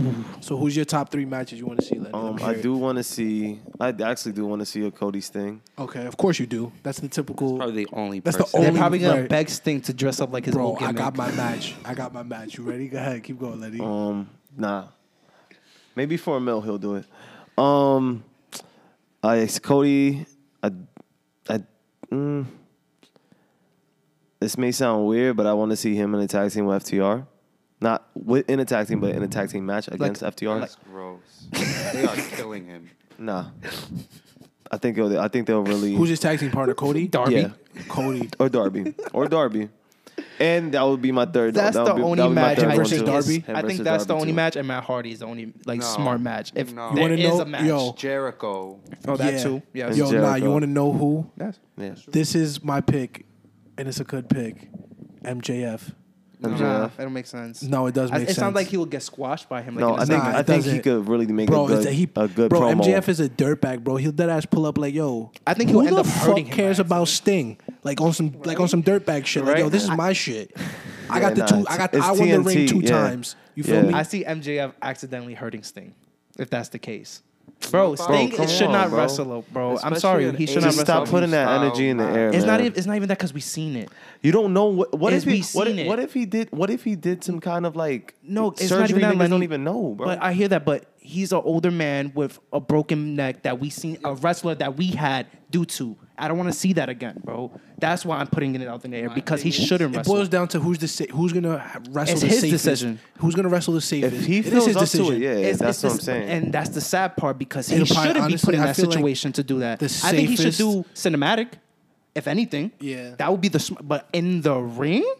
*laughs* so who's your top three matches you want to see, Lenny? Let
Um,
me
I
hear it.
do want to see. I actually do want to see a Cody's thing.
Okay, of course you do. That's the typical.
Probably the only
That's the
person.
They're
only-
probably going
right.
to beg Sting to dress up like his
Bro,
old
I got
gimmick.
my match. I got my match. You ready? Go ahead. Keep going, Lenny.
Um, nah, maybe for a mill he'll do it. Um, I it's Cody. I, I, mm, this may sound weird, but I want to see him in a tag team with FTR. Not with, in a tag team, but in a tag team match against FTR.
That's gross. they are killing him.
nah. I think it'll, I think they'll really
Who's his tag team
*laughs*
partner? Cody.
Darby.
yeah
Cody.
or Darby or Darby, and that would be my third.
That's
that would
the
be- that
only
would be my
match
third
I
one,
think.
versus
Is,
too.
Darby?
Him
I think
versus
that's the
Darby,
only
too.
match, and Matt Hardy is the only like
No.
smart match. If
No. You
there
wanna
is
know-
a match,
yo.
Jericho. All
oh that too, yeah.
It's
Yo, nah. You
Jericho.
want to know who?
Yes.
Yeah.
This is my pick, and it's a good pick. MJF.
Nah,
MJF.
that don't make sense.
No, it does
I-
make
It sounds
sense.
like he will get squashed by him. Like,
No,
in
I
a
think
second.
Nah,
I
it
think he
doesn't.
could really make
Bro,
a
it's
good,
a, he,
a good
bro
promo.
MJF is a dirtbag, bro. He'll dead ass pull up like, yo.
I think
who
he'll end
the
up hurting
fuck
him
cares
by
about Sting? Like on some like on some dirtbag shit. Like,
Right.
yo, this is
*laughs*
my shit.
Yeah,
I got the
nah,
two.
it's-
I got.
it's
I won the ring
TNT,
two
yeah.
times. You feel
Yeah.
me?
I see MJF accidentally hurting Sting, if that's the case. Bro, Sting
come
it should
on,
not
bro.
wrestle, bro. I'm
Especially
sorry,
an
he should not
Just
wrestle.
stop putting that
Style
energy in the
match.
air.
it's
man.
not. Even, it's not even that because we seen it.
You don't know what. What
Is
if
we
he? What
seen
if,
it.
what if he did? What if he did some kind of like
No, it's
surgery?
not even that.
niggas
Lenny.
don't even know, bro.
But I hear that. But he's an older man with a broken neck that we seen a wrestler that we had due to. I don't want to see that again, bro. That's why I'm putting it out in the air because he shouldn't
It
wrestle.
boils down to who's the sa- who's gonna ha- wrestle
It's
the
his
safest.
decision.
Who's gonna wrestle the safest?
if he
It is
feels
his
up
decision.
to it, yeah,
It's- it's
that's what
the-
I'm saying.
And that's the sad part because he
It'll probably-
shouldn't be
honestly,
put in
I
that
feel like
situation to do that.
the
I think he should
safest-
do cinematic, if anything.
Yeah.
That would be the sm- but in the ring,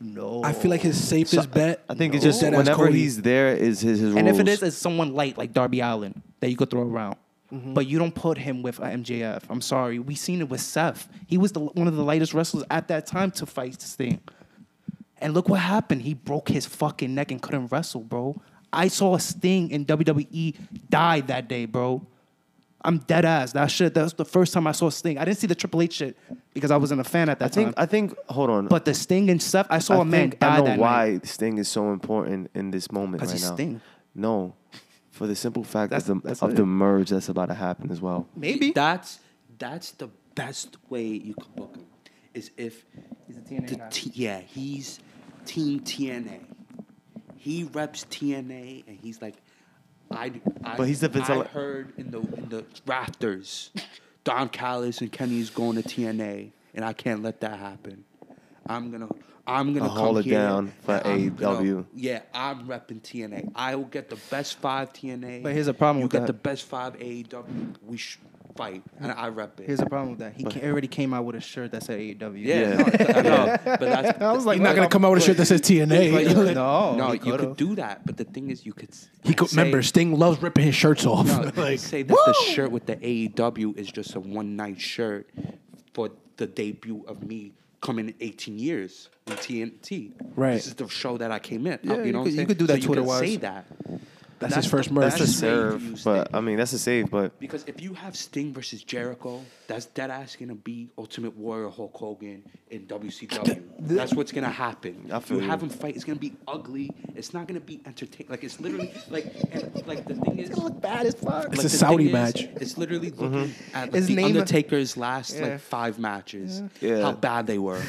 no.
I feel like his safest bet.
I think it's
is
just
dead ass
whenever
Cody.
he's there is his his rules.
and if it is, it's someone light like Darby Allen that you could throw around.
Mm-hmm.
But you don't put him with a MJF. I'm sorry, we seen it with Seth. He was the, one of the lightest wrestlers at that time to fight Sting. And look what happened. He broke his fucking neck and couldn't wrestle, bro. I saw Sting in WWE die that day, bro. I'm dead ass. That shit. That was the first time I saw Sting. I didn't see the Triple H shit because I wasn't a fan at that
I think.
time.
I think. Hold on.
but the Sting and Seth, I saw a
I
man
think
die
I know
that
why
night.
Sting is so important in this moment
'Cause
right
he's
now.
Sting.
No, for the simple fact
That's-
of the
that's
of
it.
the merge that's about to happen as well.
Maybe.
That's that's the best way you can book him. Is if
He's a TNA
the
guy.
t- yeah, he's team TNA. He reps TNA and he's like I, I
But he's the Vince
I
Ale-
heard in the in the rafters Don Callis and Kenny is going to TNA and I can't let that happen. I'm gonna I'm gonna
I'll
come
hold it
here
down for
and I'm gonna-
AEW.
Yeah, I'm repping TNA. I will get the best five TNA.
But here's the problem
You
with
get
that.
the best five AEW. We sh- fight, and I rep it.
Here's the problem with that. He ca- already came out with a E shirt that said AEW.
yeah, no, no, but
*laughs*
that's, I was
He's not gonna come out with a shirt that says
But you
TNA. *laughs*
could,
No,
no,
he
you
could've.
could do that. But the thing is, you could. s-
He could
say- *laughs*
remember Sting loves ripping his shirts off.
No, you could
*laughs* like,
say that the shirt with the AEW is just a one night shirt for the debut of me coming 18 years in TNT.
Right.
This is the show that I came in.
Yeah,
you
you
know,
could- you
what I'm saying?
could do that
So you could
Twitter-wise.
say that.
that's, his first merch.
that's
That's
the
a
way you
save,
use
but
Sting.
I mean that's a save, but
Because if you have Sting versus Jericho, that's dead ass gonna be Ultimate Warrior Hulk Hogan in WCW. That's what's gonna happen.
I
If
feel
you
you.
have him fight, it's gonna be ugly. It's not gonna be entertaining. Like it's literally like and, like the thing is,
look bad as fuck.
It's
like,
a
the
Saudi
thing is,
match.
it's literally
Mm-hmm.
looking at like,
His
the
name-
Undertaker's last
Yeah.
like five matches.
Yeah.
How bad they
*laughs*
were.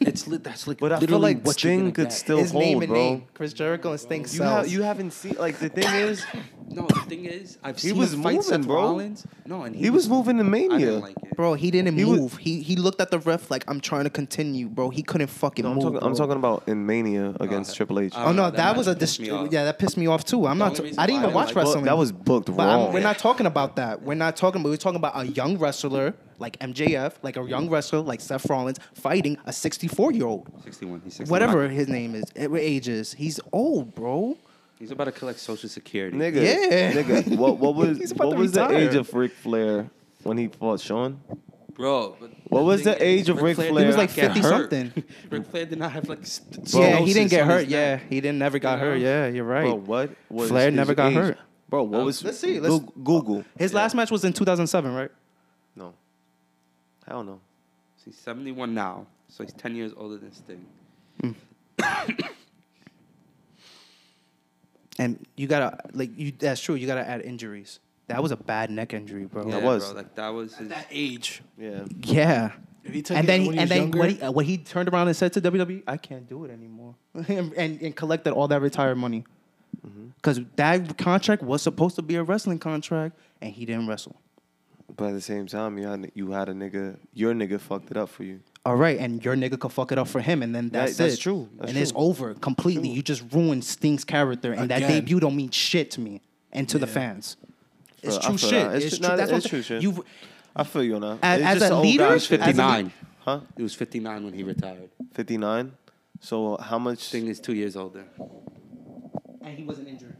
it's li- that's like
But I feel
literally
like
what you're
Sting
gonna
could
get.
still
His name
hold,
and
bro.
name. Chris Jericho and Sting
You, have,
sells.
you haven't seen like the thing
*coughs*
is
No, the thing is, I've
He
seen
was
him fight
moving,
Seth
bro.
Rollins. No, and he,
he was moving to
I
mania.
didn't like it.
bro, he didn't
He was-
move. he he looked at the ref like I'm trying to continue, bro. He couldn't fucking
No, I'm
move.
talking I'm
bro.
talking about in mania against Triple H.
I
Oh
don't
no,
know,
that,
that
was a
match pissed
dist-
me off.
yeah, that pissed me off too. I'm
The
not.
only
T-
reason
I didn't
why
even
I
watch
didn't like-
Well,
wrestling.
that was booked
But I'm-
wrong.
we're not talking about that. We're not talking. We're talking about a young wrestler like MJF, like a
Mm-hmm.
young wrestler like Seth Rollins fighting a 64 year old,
61. He's 61.
whatever his name is, eh, what age is. He's old, bro.
He's about to collect Social Security.
Nigga,
Yeah.
nigga,
*laughs*
what what
He's
was
about
what
to
was the
retire.
age of Ric Flair when he fought Sean?
Bro. but
What was
thing
the age of Ric Flair?
did
He was
not
like
get
50
hurt.
something.
Ric Flair did not have like. st-
yeah, he
stenosis
didn't get
on his
hurt. Yeah,
neck.
he didn't never got
You know?
hurt. Yeah, you're right.
Bro, what was
Flair
his
never got
age?
hurt.
Bro, what was
Uh, let's see, let's-
Goog- Google.
His last match was in 2007, right?
No. I don't know.
So he's 71 now. So he's 10 years older than Sting.
And you gotta like you. That's true. You gotta add injuries. That was a bad neck injury, bro.
Yeah,
Yeah.
was.
Bro, like, that was his.
age.
Yeah.
If he took
And
it
then
when
he,
he
and
was
then
younger-
what he uh, what he turned around and said to WWE, I can't do it anymore, *laughs* and, and and collected all that retired money,
Mm-hmm.
because that contract was supposed to be a wrestling contract, and he didn't wrestle.
But at the same time, you had you had a nigga. Your nigga fucked it up for you.
All right, and your nigga could fuck it up for him, and then that's
that's
it.
true. That's
and it's
true.
over completely. You just ruined Sting's character, and that
Again.
debut don't mean shit to me and to the
Yeah.
fans.
Bro,
It's
I
true
feel
shit.
that. It's
It's
tr-
true.
nah,
That's what
it's
I'm
true shit.
saying. You
I feel you on that.
As-
It's
as
just
a
an old
leader-
guy
As
He was
shit.
a-
59.
Huh?
He was 59 when he retired.
Fifty nine. So how much?
Sting is two years older.
and he wasn't injured.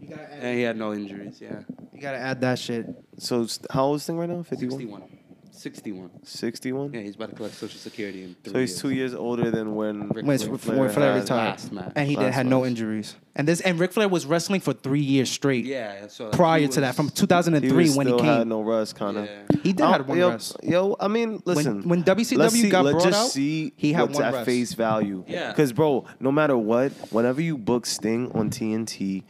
You gotta add,
And he had no injuries, yeah.
you gotta add that shit.
So st- how old is Sting right now? 51?
61. 61.
61?
Yeah, he's about to collect Social Security in three
So he's two years older than when.
Rick
When it's
Ric
Ric Flair,
Flair
retired,
last match.
and he did
Last
had no
match.
injuries. And this and Ric Flair was wrestling for three years straight.
Yeah, so like,
prior
he
to that,
was-
from
He
2003
was
when he
still
came,
had no rust, kind of.
Yeah.
he did had one
yo,
rest.
Yo, I mean, listen.
when WCW
let's see,
got
let's
brought
just
out,
see
he had
what's
one
at
rest.
face value.
*laughs* Yeah.
Because, bro, no matter what, whenever you book Sting on TNT,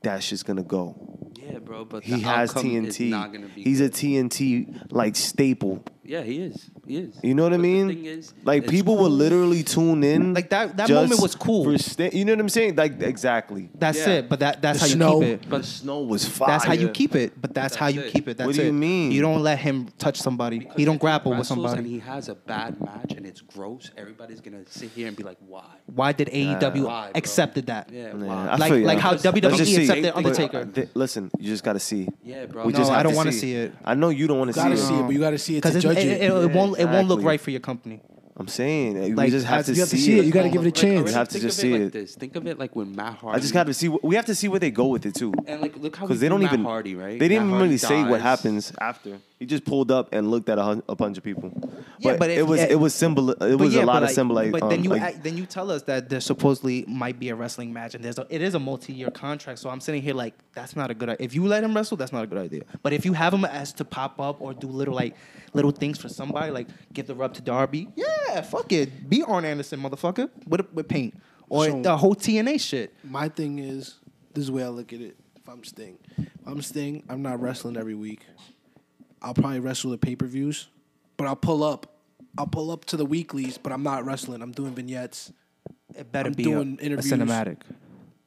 that's just going to go.
Yeah, bro, but
He
the
has
outcome is
TNT.
not gonna be
He's
good.
a TNT, like, staple.
Yeah, he is. He is.
You know what I
But the
mean?
thing is,
like
it's
people
cool.
would literally tune in.
Like, that- that
just
moment was cool.
for Sting- you know what I'm saying? Like exactly.
That's
Yeah.
it. But that that's
The
how
snow.
you keep it.
But Snow was fire.
That's how you
yeah.
keep it. But that's, how
That's
you
it.
keep it. That's
What do you
it.
mean?
You don't let him touch somebody.
Because
he don't
if
grapple with
wrestles
somebody.
And he has a bad match, and it's gross. Everybody's gonna sit here and be like, "Why?"
Why did AEW
Why, bro?
accepted that?
Yeah,
Yeah,
why?
I
Like-
feel you.
like how
Let's
WWE
just see.
accepted
But,
E Undertaker.
uh, th- listen, you just gotta see.
Yeah, bro.
We
No,
just
I
have
don't
to
wanna
see.
see it.
I know you don't want to see.
gotta
it.
see it, but you gotta see it to
Because it,
judge
it, it-
it.
it won't it won't look
exactly.
right for your company.
I'm saying uh, we
Like,
just have
as-
to
you have to
see
see it.
it.
You gotta give it a chance.
You have to
think
just
of it
see
like
it.
This. Think of it like when Matt Hardy.
I just gotta see. wh- We have to see where they go with it too.
and like look how because
Because they don't
Matt
even
Hardy, right? Matt
They didn't
Hardy
really say what
dies.
happens after. He just pulled up and looked at a, hun- a bunch of people.
Yeah, but if-
it was
yeah.
it was symbol. It was a lot of symbol. um,
But then you act- then you tell us that there supposedly might be a wrestling match, and there's a, it is a multi-year contract. So I'm sitting here like that's not a good. i- If you let him wrestle, that's not a good idea. But if you have him as to pop up or do little like little things for somebody, like give the rub to Darby, yeah, fuck it, be Arn Anderson, motherfucker, with with paint or
So-
the whole TNA shit.
My thing is, this is the way I look at it. If I'm Sting, if I'm Sting, I'm not wrestling every week. I'll probably wrestle the pay per views, but I'll pull up. I'll pull up to the weeklies, but I'm not wrestling. I'm doing vignettes.
It better
I'm
be
doing
a, a
interviews.
cinematic.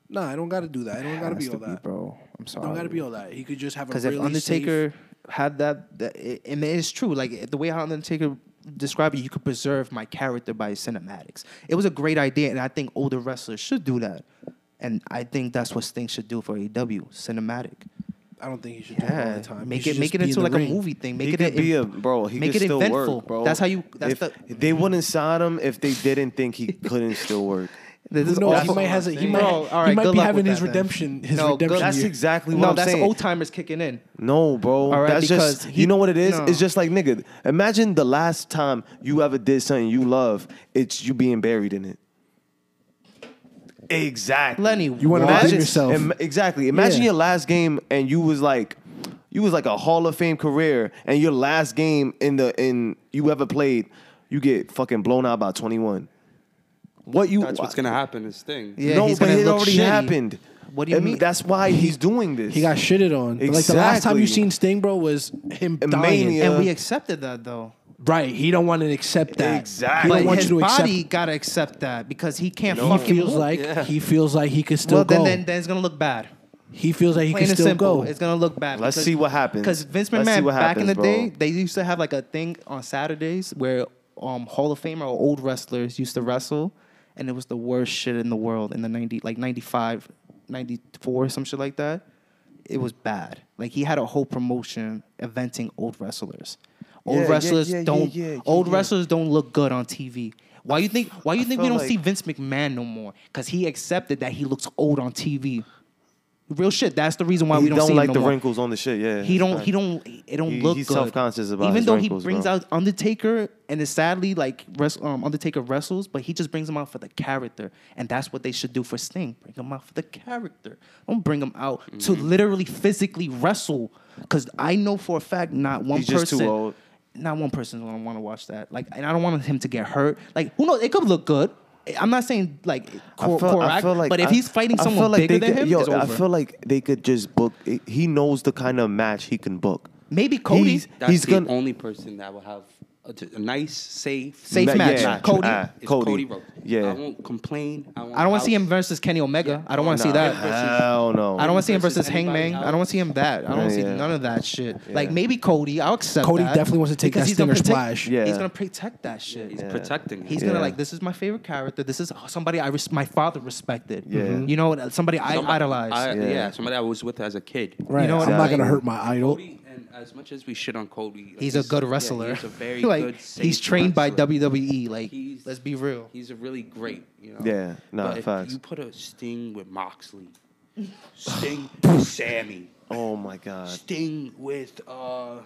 Nah, I don't gotta do that. I don't gotta
Has
be
to
all
be,
that.
bro. I'm sorry.
Don't gotta be all that. He could just have a
Because
really
if Undertaker had that, that it, I mean, it's true. Like the way how Undertaker described it, you could preserve my character by cinematics. It was a great idea, and I think older wrestlers should do that. And I think that's what Sting should do for AEW cinematic.
safe- I don't think he should do it all
Yeah,
the time.
make
He
it
should
make
just
it
be in
into
the
like a
ring.
movie thing. Make
he
it
could
a,
be a bro. He
make
could
it
still
eventful.
work, bro.
That's how you. That's
if
the.
they wouldn't sign him if they didn't think he couldn't
*laughs*
still work.
This
Who
is
knows? He
awful.
might has a,
Bro,
he might,
all right,
he might
good
be
luck
having
with
his
that then.
redemption. His
No, good-
redemption.
That's
year.
exactly what
No,
I'm
that's
saying.
old timers kicking in.
No, bro.
All right,
That's just
because
you
he-
know what it is.
no.
It's just like nigga. Imagine the last time you ever did something you love. It's you being buried in it. Exactly,
Lenny,
You wanna
what?
redeem yourself.
im- exactly. Imagine
Yeah.
your last game and you was like, you was like a Hall of Fame career, and your last game in the in you ever played, you get fucking blown out by twenty one. What you?
That's what's gonna happen. This thing.
Yeah,
no,
he's
but
gonna
it
look
already
shitty.
happened.
What do you
And
mean?
That's why he's doing this.
He got shitted on. But, Like the last time you
Exactly.
seen Sting, bro, was him
And
dying.
Mania.
and we accepted that though.
Right. He don't want to accept that.
Exactly.
He
But
don't want
his
you to accept.
body gotta accept that because he can't
He
fucking
feels
move.
like he feels like he could still
well,
go.
then, then then it's gonna look bad.
he feels like he
Plain
could
and
still
simple,
go.
it's gonna look bad.
Let's see what happens.
Because Vince
Let's
McMahon,
see what
back in
happens,
the
bro.
day, they used to have like a thing on Saturdays where um Hall of Famer or old wrestlers used to wrestle, and it was the worst shit in the world in the ninety like 95, 94, some shit like that. It was bad. Like he had a whole promotion eventing old wrestlers. Old
Yeah, yeah,
wrestlers
yeah, yeah,
don't.
yeah, yeah,
old
yeah.
wrestlers don't look good on TV. Why you think? Why you think we
feel
don't see
like-
Vince McMahon no more? Because he accepted that he looks old on TV. Real shit. That's the reason why
He
we don't, see him
like
no
the
more.
wrinkles on the shit. Yeah,
He
that's
don't.
fact.
He don't. It don't
He-
look
he's
good.
self-conscious about
Even
his
though
wrinkles,
he brings
bro.
out Undertaker, and it's sadly like wrest- um, Undertaker wrestles, but he just brings him out for the character, and that's what they should do for Sting. Bring him out for the character. Don't bring him out to
Mm-hmm.
literally physically wrestle, because I know for a fact not one
He's
person.
just too old.
Not one person's gonna want to watch that. Like, and I don't want him to get hurt. Like, who knows? It could look good. I'm not saying like cor- correct, but if
I-
he's fighting
I feel
someone
like
bigger
they
than
could-
him,
yo,
it's
I
over.
feel like they could just book. He knows the kind of match he can book.
Maybe Cody.
He's,
That's
he's
the
gonna.
only person that will have a, a nice, safe,
Safe
Ma-
match.
yeah.
Cody?
Ah,
It's
Cody.
Cody. Rhodes.
Yeah.
I won't complain. I, won't
I don't want to see him
house.
versus Kenny Omega. I don't want to see
Nah,
that.
Hell no.
I don't want to see him
versus
versus
anybody
Hangman. I
else.
don't want to see him that. I don't
Yeah,
see
yeah.
none of that shit. Like maybe Cody. I'll accept.
Cody
that.
definitely wants to take
Because
that
he's gonna
Stinger
protect-
Splash.
Yeah.
He's gonna protect that shit.
He's protecting him.
He's
Yeah.
gonna like this is my favorite character. This is somebody I res- my father respected.
Yeah.
Mm-hmm.
Mhm.
You know, somebody I
Somebody-
idolized.
I-
Yeah.
yeah. somebody I was with as a kid.
Right.
know what
I'm not
I'm
gonna
saying?
hurt my idol.
Cody, and as much as we shit on Cody, like,
he's a good
yeah,
wrestler.
he's
*laughs*
a very
like,
good.
He's
safe
trained by
wrestler.
WWE. Like
He's-
let's be real.
He's a really great, you know.
Yeah, nah,
but if
facts.
you put a Sting with
*laughs*
Moxley, Sting Sammy,
Oh my god.
Sting with uh,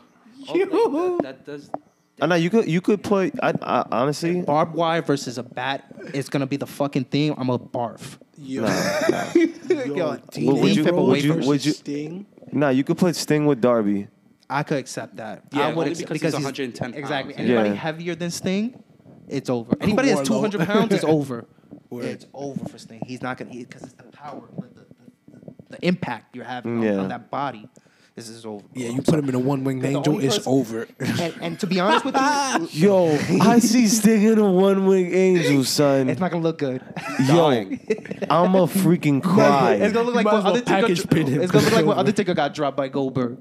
You.
oh, that, that does
I know Ah, you could you could put. I, I honestly.
Barbed wire versus a bat is gonna be the fucking theme. I'm a barf.
Yo,
Yo,
Well, would
Dean
you-
Ambrose
would you-
versus-
would you-
Sting?
Nah, you could put Sting with Darby.
I could accept that.
Yeah,
I would
only
accept-
because he's 110 pounds.
Exactly.
Yeah.
Anybody
Yeah.
heavier than Sting, it's over. Anybody that's
Warlow.
200 pounds, it's
*laughs*
over.
Word.
It's over for Sting. He's not gonna because it's the power, like the, the, the impact you're having on-
Yeah.
on, that body. This is over.
Yeah, you put him in a one winged
The
angel,
only
it's
person-
over.
And, and to be honest with
*laughs*
you,
Yo, *laughs* I see Sting in a one wing angel, son.
it's not gonna look good. *laughs*
Yo, I'm a freaking cry.
It's gonna look like
Might
when
as well
Undertaker.
package pin him,
It's gonna look
*laughs*
like when
over.
Undertaker got dropped by Goldberg.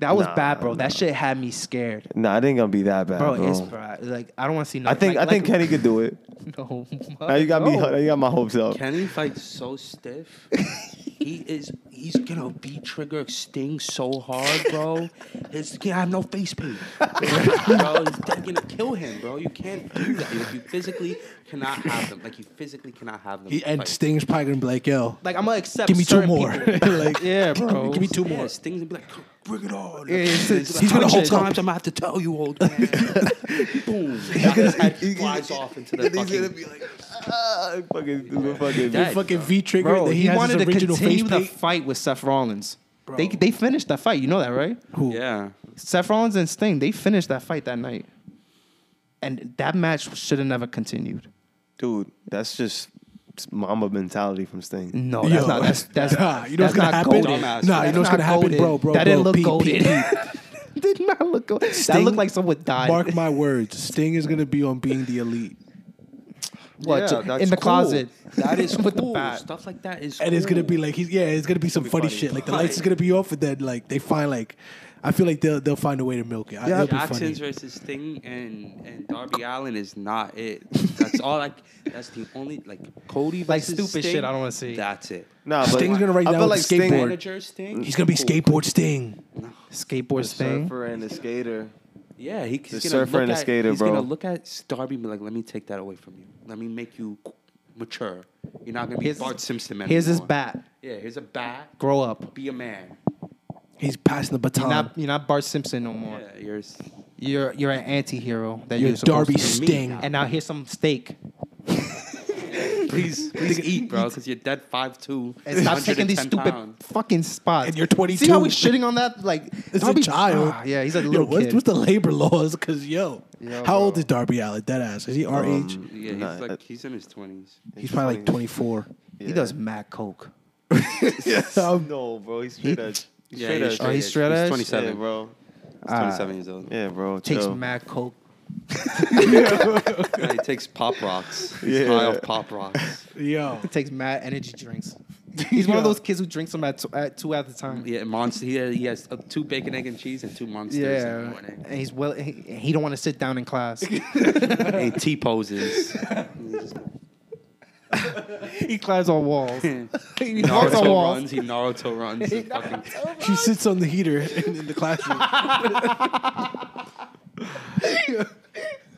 That was
Nah,
bad, bro. That shit had me scared,
nah, it ain't gonna be that bad,
bro.
bro.
It's bad. like I don't want to see.
I
nothing.
think
Like-
I think
like-
Kenny could do it.
*laughs* No, oh
Now you got me.
no.
You got my hopes up.
Kenny fights so stiff. he is. He's gonna be trigger Sting so hard, bro. He's gonna have no face paint. *laughs* bro, he's dead gonna kill him, bro. You can't do that. Like, you physically cannot have them. Like you physically cannot have them.
He- and
fight.
Sting's probably gonna be like, yo,
Like I'm gonna accept.
give me two
certain
more.
people.
*laughs* like,
yeah, bro.
give me two
Yeah,
more.
Sting's gonna be like, *laughs* "Come, bring it on.
Yeah, he's-
He's,
he's gonna
gonna hold
hold
times. I'm gonna have to tell you, old man. Boom. Now his head flies off into the
He's gonna
fucking.
be like, ah, *laughs* fucking, do the fucking.
That-
Fucking V trigger.
Bro,
that
he,
he, has
wanted
his
to
original face
continue the
paint.
fight with Seth Rollins.
Bro.
They they finished that fight. You know that, right?
Yeah.
Seth Rollins and Sting. They finished that fight that night, and that match should have never continued.
Dude, that's just mama mentality from Sting.
No,
Yo,
that's not.
*laughs*
That's that's
nah, you know
that's
what's gonna
not
happen?
golden.
Dumbass.
Nah, you
That's
know
not
what's gonna happen,
golden.
bro, bro,
That didn't
bro,
look
Pete,
golden. *laughs*
Pete, *laughs*
Did not look golden. That
Sting-
looked like someone died.
Mark my words, Sting is gonna be on being the elite,
*laughs* What,
Yeah,
ju-
that's
in the
cool.
closet.
That
*laughs*
*laughs*
is
With the
cool.
bat.
Stuff like that is.
and it's gonna
cool.
be like he's yeah, it's gonna be some funny,
funny.
shit. Like the lights is gonna be off, and then like they find like, I feel like they'll they'll find a way to milk it. Yeah, be funny.
Jackson's versus Sting and, and Darby Allen is not it. That's all. Like that's the only like Cody
Like
versus
stupid
Sting,
shit I don't wanna see.
That's it.
Nah, but
Sting's gonna right
I
now
feel
with
like
a
Sting-
skateboard.
Manager Sting.
He's gonna be
Cool.
skateboard Sting.
Skateboard Sting.
surfer and the skater.
Yeah, he, he's
The
gonna
surfer
look
and the
at-
skater,
he's
bro.
gonna look at Darby and be like, "Let me take that away from you. Let me make you mature. You're not gonna be
Here's-
Bart Simpson anymore.
Here's his bat.
Yeah, here's a bat.
Grow up.
Be a man.
He's passing the baton.
You're not, you're not Bart Simpson no more.
Yeah, yours.
You're you're an anti-hero that
You're
you're, supposed
Darby
to be.
Sting.
And now here's some steak.
Please,
*laughs*
please eat, bro, because you're dead five two.
And stop taking these stupid fucking spots.
And you're 22.
See how we shitting on that? Like
It's
Darby-
a child.
Ah, yeah, he's a
Yo,
little
what's,
kid.
what's the labor laws? Cause yo,
Yo,
how old
bro. Um,
is Darby Allen? Dead ass. Is he our age?
Yeah, he's
Nah, uh,
like
that-
he's in his twenties.
He's probably like 24.
He does mad coke.
Um,
no, bro. He's straight edge. He's
Yeah,
straight
he's
edge.
straight- Oh, he's
edge.
edge?
He's twenty-seven,
Yeah, bro.
He's twenty-seven years old.
Yeah, bro.
Takes
chill.
mad coke.
Yeah, *laughs* he takes pop rocks.
Yeah.
He's high off pop rocks.
*laughs* yo,
Takes mad energy
*laughs*
drinks. He's one of those kids who drinks them at, tw- at two at a time.
Yeah, monster. He has, he has uh, two bacon, egg, and cheese, and two monsters in the
Yeah,
morning.
and he's well. He, he don't want to sit down in class.
*laughs*
and T poses.
he climbs on
*laughs*
walls. *laughs* he walks on
Naruto
walls.
runs. He Naruto runs. and fucking,
she sits on the heater *laughs* in, in
*laughs*
the classroom.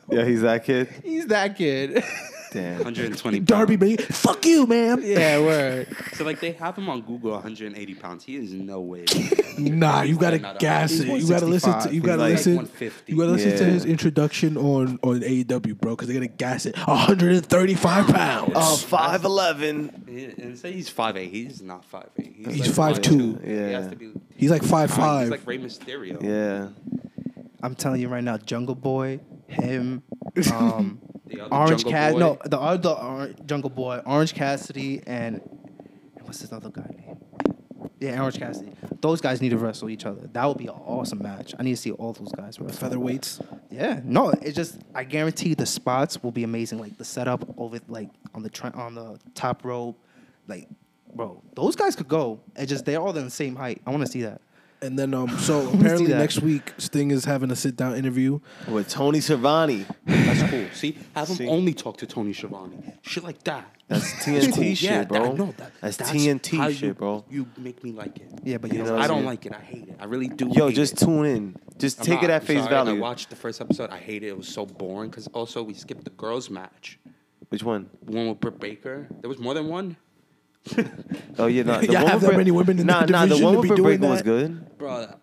Yeah, he's that kid.
He's that
*laughs*
kid.
*laughs* Damn.
120 pounds.
Darby, man, fuck you, ma'am.
yeah, word.
So like they have him on Google 180 pounds. He is no way.
Nah, you gotta
Not a-
gas
He's
it. You gotta listen to.
165.
You gotta
He's like
listen.
150.
You gotta listen to
Yeah.
his introduction on on AEW, bro, because they gotta gas it. 135 pounds.
Uh, five eleven.
He- and say he's 5'8. He's not 5'8.
He's
like
5'2".
5'2". He has to be.
he's like five
He's
five.
like Rey Mysterio.
Yeah.
I'm telling you right now, Jungle Boy,
*laughs*
him, um,
The other
Orange
Jungle
Cat,
Boy.
no, the other Or- Jungle Boy, Orange Cassidy, and and what's this other guy name? Yeah, Orange Cassidy. Those guys need to wrestle each other. That would be an awesome match. I need to see all those guys wrestle.
Featherweights.
Yeah, no, it's just I guarantee the spots will be amazing. Like the setup over, like on the tr- on the top rope, like bro, those guys could go. It's just they're all the same height. I want to see that.
And then, um,
*laughs*
so apparently
that.
next week Sting is having a sit down interview.
With Tony Schiavone.
That's cool. See, have him
See?
only talk to Tony Schiavone. Shit like that.
That's TNT shit, bro. That's TNT
how
shit,
you-
bro.
You make me like it.
Yeah, but you
You
know
know,
what
I
I'm
don't
saying?
like it. I hate it. I really do.
Yo,
hate
just
it.
tune in. Just
I'm
take it
not-
at
I'm
face
sorry, I
value.
watched the first episode. I hated it. It was so boring because also we skipped the girls' match.
Which one?
One with Britt Baker. There was more than one.
Oh yeah,
*laughs*
nah, the
Y'all
one
have
with
that
Britt-
many women in
nah,
the
nah, the
division
one
to
with
be
Britt
doing
Baker was
that?
good.
Bro, uh,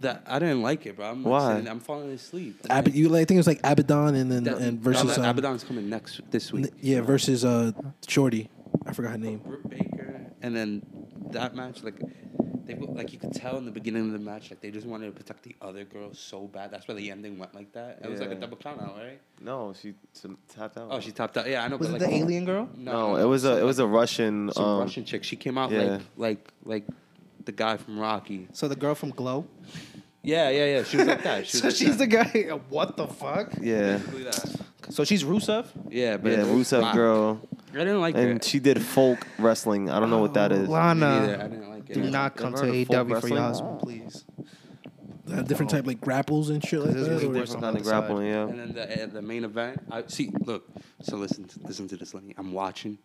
that, I didn't like it, bro. I'm, like,
Why?
sitting- I'm falling asleep.
Ab- you like, I think it was like Abaddon and then
That-
and versus
Ab-
um,
Abaddon's coming next this week.
n- yeah versus uh Shorty. I forgot her name.
Britt Baker, and then that match, like they bo- like you could tell in the beginning of the match, like they just wanted to protect the other girl so bad. That's why the ending went like that. It was like a
Yeah.
double count out, right?
No, she t- tapped out.
Oh, she topped out. Yeah, I know.
Was
but
it
like,
the alien girl?
no, it was a it was a Russian.
some
um,
Russian chick. She came out
yeah.
like like like the guy from Rocky.
So the girl from Glow.
Yeah, yeah, yeah. She was like
*laughs*
that. She was
So
like
she's
that.
the guy. What the fuck?
Yeah,
Basically that.
So she's Rusev.
Yeah, but
yeah,
it was-
Rusev girl,
I didn't like
and
it.
she did folk wrestling. I don't know what that is.
Lana,
I didn't like it.
do not come
Never
to
heard of folk
AEW for your
wrestling?
husband, please.
They have different type like grapples and shit like
Oh. This is way
that. or-
different.
Different
on
kind
the
of
side.
grappling. Yeah.
And then the uh, the main event. I see. Look. So listen. To, listen to this, Lenny. I'm watching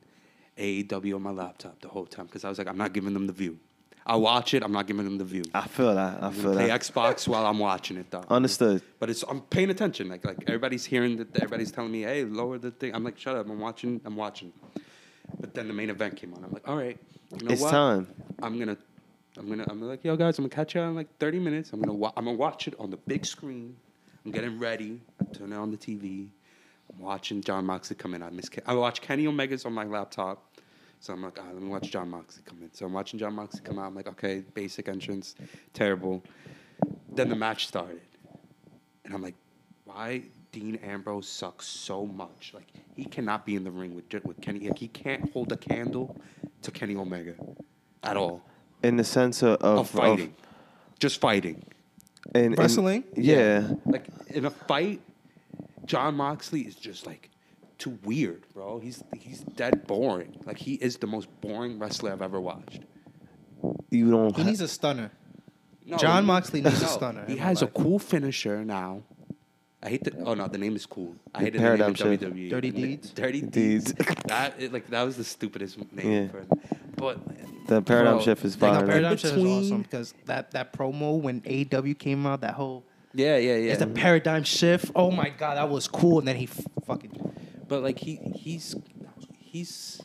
AEW on my laptop the whole time because I was like, I'm not giving them the view. I watch it. I'm not giving them the view.
I feel that. I feel
Play
that.
Xbox while I'm watching it though.
Understood.
But it's I'm paying attention. Like like everybody's hearing that everybody's telling me, hey, lower the thing. I'm like, shut up. I'm watching. I'm watching. But then the main event came on. I'm like, all right. You know
It's
what?
time.
I'm gonna. I'm gonna. I'm like, yo, guys, I'm gonna catch you in like 30 minutes. I'm gonna. Wa- I'm gonna watch it on the big screen. I'm getting ready. I turn it on the TV. I'm watching John Moxley come in. I miss. Ken- I watch Kenny Omega's on my laptop. So I'm like, ah, let me watch John Moxley come in. So I'm watching John Moxley come out. I'm like, okay, basic entrance, terrible. Then the match started. And I'm like, why Dean Ambrose sucks so much? Like he cannot be in the ring with with Kenny. Like he can't hold a candle to Kenny Omega at all.
In the sense of,
Of,
of,
fighting, just fighting.
and- and-
Wrestling?
yeah.
Like in a fight, John Moxley is just like too weird, bro. He's he's dead boring. Like he is the most boring wrestler I've ever watched.
You don't.
He
ha-
needs a stunner.
No,
John
he-
Moxley needs a stunner,
He
in my
has a
life.
cool finisher now. I hate the. Oh no, the name is cool. I hated the
Paradigm
name
Shift.
in WWE.
Dirty
Like,
Deeds?
E. Dirty
Deeds.
deeds. that it, like that was the stupidest name
Yeah.
for it. But
the paradigm
Bro,
shift is
they got
fire.
Like,
Fine.
Paradigm
In
Shift is
between-
awesome because that, that promo when AEW came out, that whole
yeah, yeah, yeah.
it's a paradigm shift. Oh my god, that was cool. And then he f- fucking
but like he he's he's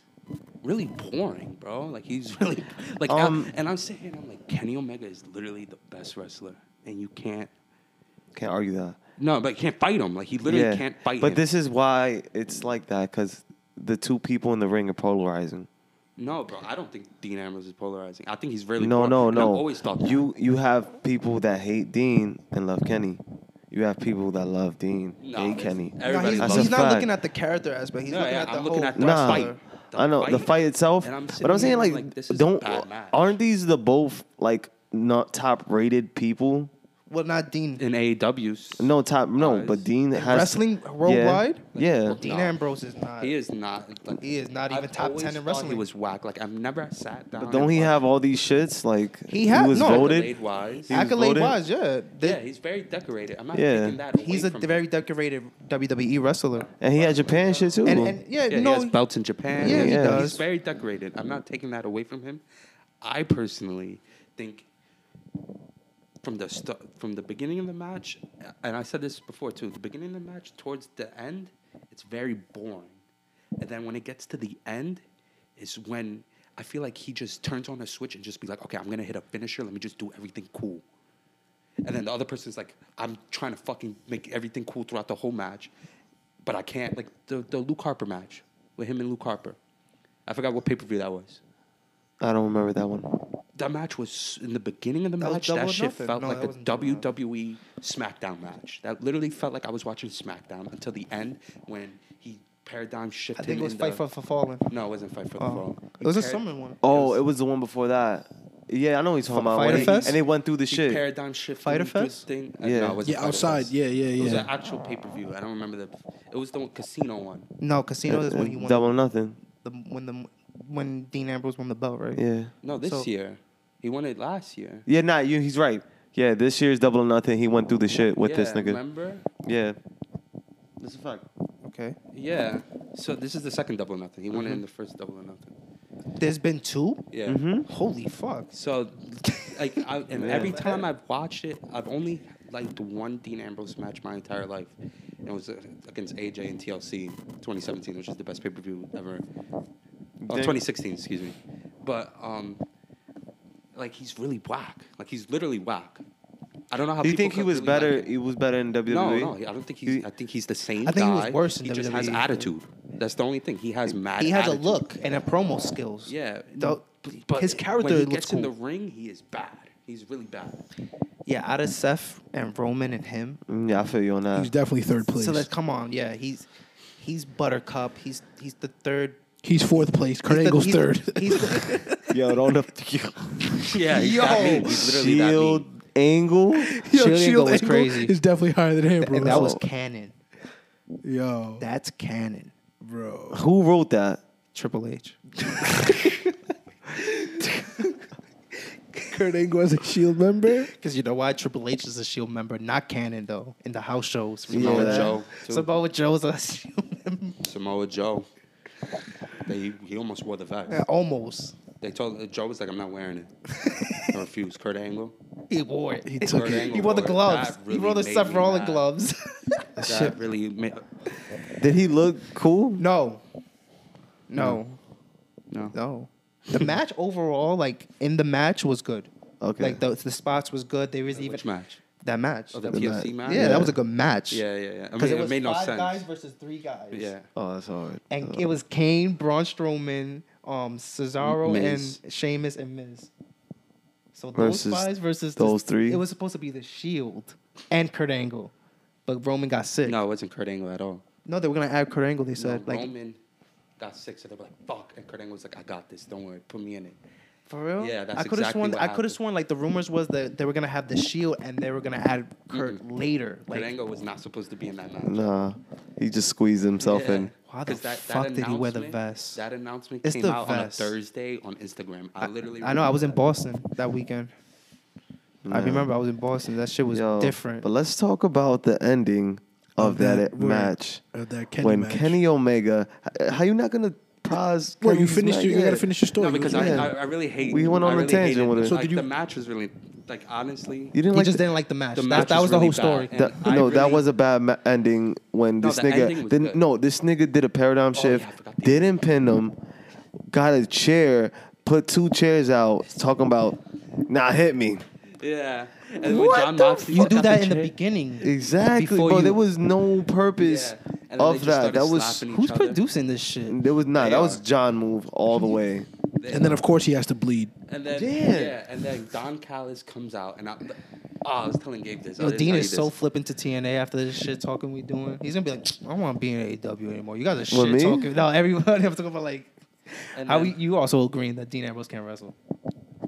really boring, bro. Like he's *laughs* really like I-
Um,
and I'm sitting here and I'm like Kenny Omega is literally the best wrestler, and you can't
Can't argue that.
no, but you can't fight him. Like he literally can't fight.
But
him.
this is why it's like that because the two people in the ring are polarizing.
no, bro. I don't think Dean Ambrose is polarizing. I think he's really
no,
boring.
no,
And I've
no.
always thought that.
you you have people that hate Dean and love Kenny. You have people that love Dean,
No,
hate
it's-
Kenny.
No,
Everybody
he's,
loves
he's
it.
not
That's a
looking
fact.
at the character aspect. He's
No,
looking
yeah,
at the
I'm
whole.
looking at the
Nah,
wrestler. The
I know the
fight-
fight itself.
And I'm
but
sitting
I'm saying
here
like,
like, this is a
don't uh,
bad match.
aren't these the both like not top rated people?
well, not Dean.
in E AEW's.
No top no,
Guys.
but Dean has
wrestling worldwide?
Yeah,
Well,
Dean
No.
Ambrose is not.
He is not. Like,
He is not even top
always
10 in
thought He
wrestling.
was whack. Like I've never sat down.
But don't
and
he
watched
have all these shits? Like
He had-
was
no.
voted.
accolade-wise.
He was
Accolade
voted-
wise, yeah. They-
Yeah, he's very decorated. I'm not
Yeah.
taking that. Away
he's a
from
very
him.
decorated WWE wrestler.
And he had Japan shit too.
And, and yeah,
Yeah,
no,
he has belts in Japan.
Yeah,
he Yeah. does.
He's very decorated. I'm not taking that away from him. I personally think from the st- from the beginning of the match, and I said this before too. The beginning of the match, towards the end, it's very boring, and then when it gets to the end, is when I feel like he just turns on a switch and just be like, okay, I'm gonna hit a finisher. Let me just do everything cool. And then the other person's like, I'm trying to fucking make everything cool throughout the whole match, but I can't. Like the, the Luke Harper match with him and Luke Harper. I forgot what pay per view that was.
I don't remember that one.
That match was in the beginning of the
That was
match.
Double
That
or
shit
Nothing.
felt
No,
like
that
a
wasn't Double or Nothing.
WWE SmackDown match. That literally felt like I was watching SmackDown until the end when he paradigm
I
shifted.
think it was
in
Fight
the-
for, for Fallen.
No, it wasn't Fight for the
Oh.
Fall.
It was
He
a
par-
summer one.
Oh, it was the one before that. Yeah, I know he's talking about.
Fyter
when he-
Fest?
And they went through the shit.
Paradigm shift.
Fyter
this
Fest?
Thing.
Yeah.
no, it wasn't
Yeah,
Fyter
outside.
Fest.
Yeah, yeah,
It was
yeah.
an actual pay per view. I don't remember the. It was the casino one.
No, Casino is when he won
Uh, Double nothing.
the when the when Dean Ambrose won the belt, right?
Yeah.
No, this
So-
year. He won it last year.
Yeah, nah, you, he's right. Yeah, this year's double or nothing. He went through the shit with this
Yeah,
nigga.
Remember?
Yeah. That's a fact.
Okay.
Yeah. So this is the second double or nothing. He won it in the first double or nothing.
There's been two.
Yeah.
Mm-hmm.
Holy fuck.
So, like, I, and
Yeah.
every time I've watched it, I've only liked one Dean Ambrose match my entire life. And it was uh, against AJ and TLC 2017, which is the best pay per view ever. Oh,
Dang.
2016, excuse me. But, um, like, he's really whack. Like, he's literally whack. I don't know how
Do you
people
think he
could
was
really like
better?
him.
he was better in WWE.
No, no, I don't think he's.
He-
I think he's the same
I think he was
guy.
worse in
He just has
WWE.
attitude. That's the only thing. He has mad.
He has a
attitude.
look and a promo skills.
Yeah,
The-
b- but
his character
when he
looks
gets in the
cool.
ring, he is bad. He's really bad.
Yeah, out of Seth and Roman and him.
Mm, Yeah, I feel you on
He's
that.
definitely third place.
So let's come on. Yeah, he's he's Buttercup. He's he's the third.
he's fourth place.
he's
Kurt
the-
Angle's
he's
third.
*laughs* The, he's
*laughs*
the,
*laughs*
Yo, don't up
*laughs* Yeah, he's that mean. He's literally
E
that
Shield
mean.
angle.
Shield Angle was
Angle
crazy.
Is definitely higher than him, bro.
and that was canon.
*laughs* yo,
That's canon.
bro.
Who wrote that?
Triple H.
Kurt Angle as a Shield member.
Because you know why Triple H is a Shield member, not canon though. In the house shows, we
Samoa
know that.
Joe. too.
Samoa Joe is a Shield E member.
Samoa Joe. They- he, he almost wore the vest.
Almost,
They told uh, Joe was like, "I'm not wearing it."
*laughs*
I refuse. Kurt Angle.
he wore *laughs* it. He
took
Kurt
it.
Angle
He wore the
it.
gloves.
That
he wore
really
the
made
Seth
me
Rollins
mad.
gloves. *laughs*
That really uh, made
Did he look cool?
no, no,
no.
no. The match overall, like in the match, was good.
Okay.
Like the, the spots was good. There was even
Which match?
that match.
Oh, the
That was-
TLC match.
Yeah, that was a good match.
Yeah, yeah, yeah. I
Because
mean,
it
it,
was
made no
five
sense.
guys versus three guys.
yeah.
Oh, that's hard.
Uh,
and it was Kane, Braun Strowman, um, Cesaro,
Miz.
and Sheamus and Miz. So
Versus
those five versus
those
the-
three?
It was supposed to be the Shield and Kurt Angle, but Roman got sick.
No, it wasn't Kurt Angle at all.
No, they were gonna add Kurt Angle. They said
no,
like
Roman got sick, so they were like, "Fuck!" And Kurt Angle was like, "I got this. Don't worry. Put me in it."
for real.
Yeah, that's
I could have
exactly
sworn.
what
I could
happened.
have sworn like the rumors was that they were gonna have the Shield and they were gonna add Kurt later. Like
Kurt Angle was not supposed to be in that match.
Nah, he just squeezed himself
Yeah.
in.
Why the
'Cause
fuck did he wear the
announcement-
vest?
That announcement
It's
came
the
out
vest.
on a Thursday on Instagram. I, literally.
I know. I was in
remember
Boston that weekend. I
Yeah.
remember I was in Boston. That shit was
Yo,
different.
But let's talk about the ending of,
Of
that,
that-
e-
where-
match.
of Uh, that Kenny
when
match.
Kenny Omega, h- how you not gonna pause?
Well, you
Kenny's
finished.
match
Your, you
yet?
gotta finish your
that.
story.
No, because
Yeah.
I, I, I really hate.
We went on
I
a
really
tangent
hated
with it. So
Like,
did you-
the match was really like honestly.
You didn't
he
like
just
the-
didn't like the match.
the
That-
match
that was the
really
whole story.
bad, and
That,
I
no, that
really-
was a bad ma- ending when
No,
this
the ending
nigga.
was
Did,
good. Oh,
no, this nigga did a paradigm shift.
yeah, I forgot the
didn't pin him. Got a chair. Put two chairs out. Talking about, nah, hit me.
Yeah. And when
What
John
the
Moxley
You
got
do that in the
chair-
beginning.
Exactly,
Before
bro.
you-
there was no purpose
Yeah. And then they
of
just
that.
started
That was.
slapping each
Who's
other.
producing this shit?
There was not.
They
That was
are.
John move all
*laughs*
the way.
They-
and then of course he has to bleed.
And then
Yeah.
yeah. and then Don Callis comes out, and I, oh, I was telling Gabe this. I
Yo,
didn't
Dean
tell
is
you
so
this.
flippant to TNA after this shit talking we doing. He's gonna be like, I don't want to be in AEW anymore. You guys are
With
shit
me?
talking. No, everybody. *laughs* I'm talking about like
And
how
then-
we, you also agreeing that Dean Ambrose can't wrestle.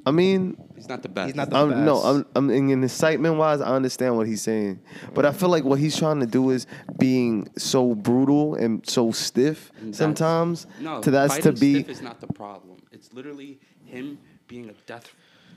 I mean,
He's not the best.
He's not the
I'm, no,
best.
I'm, I'm in, in excitement wise. I understand what he's saying, but I feel like what he's trying to do is being so brutal and so stiff
That's-
sometimes.
No,
to that's to
fighting
be
stiff is not the problem. It's literally him being a death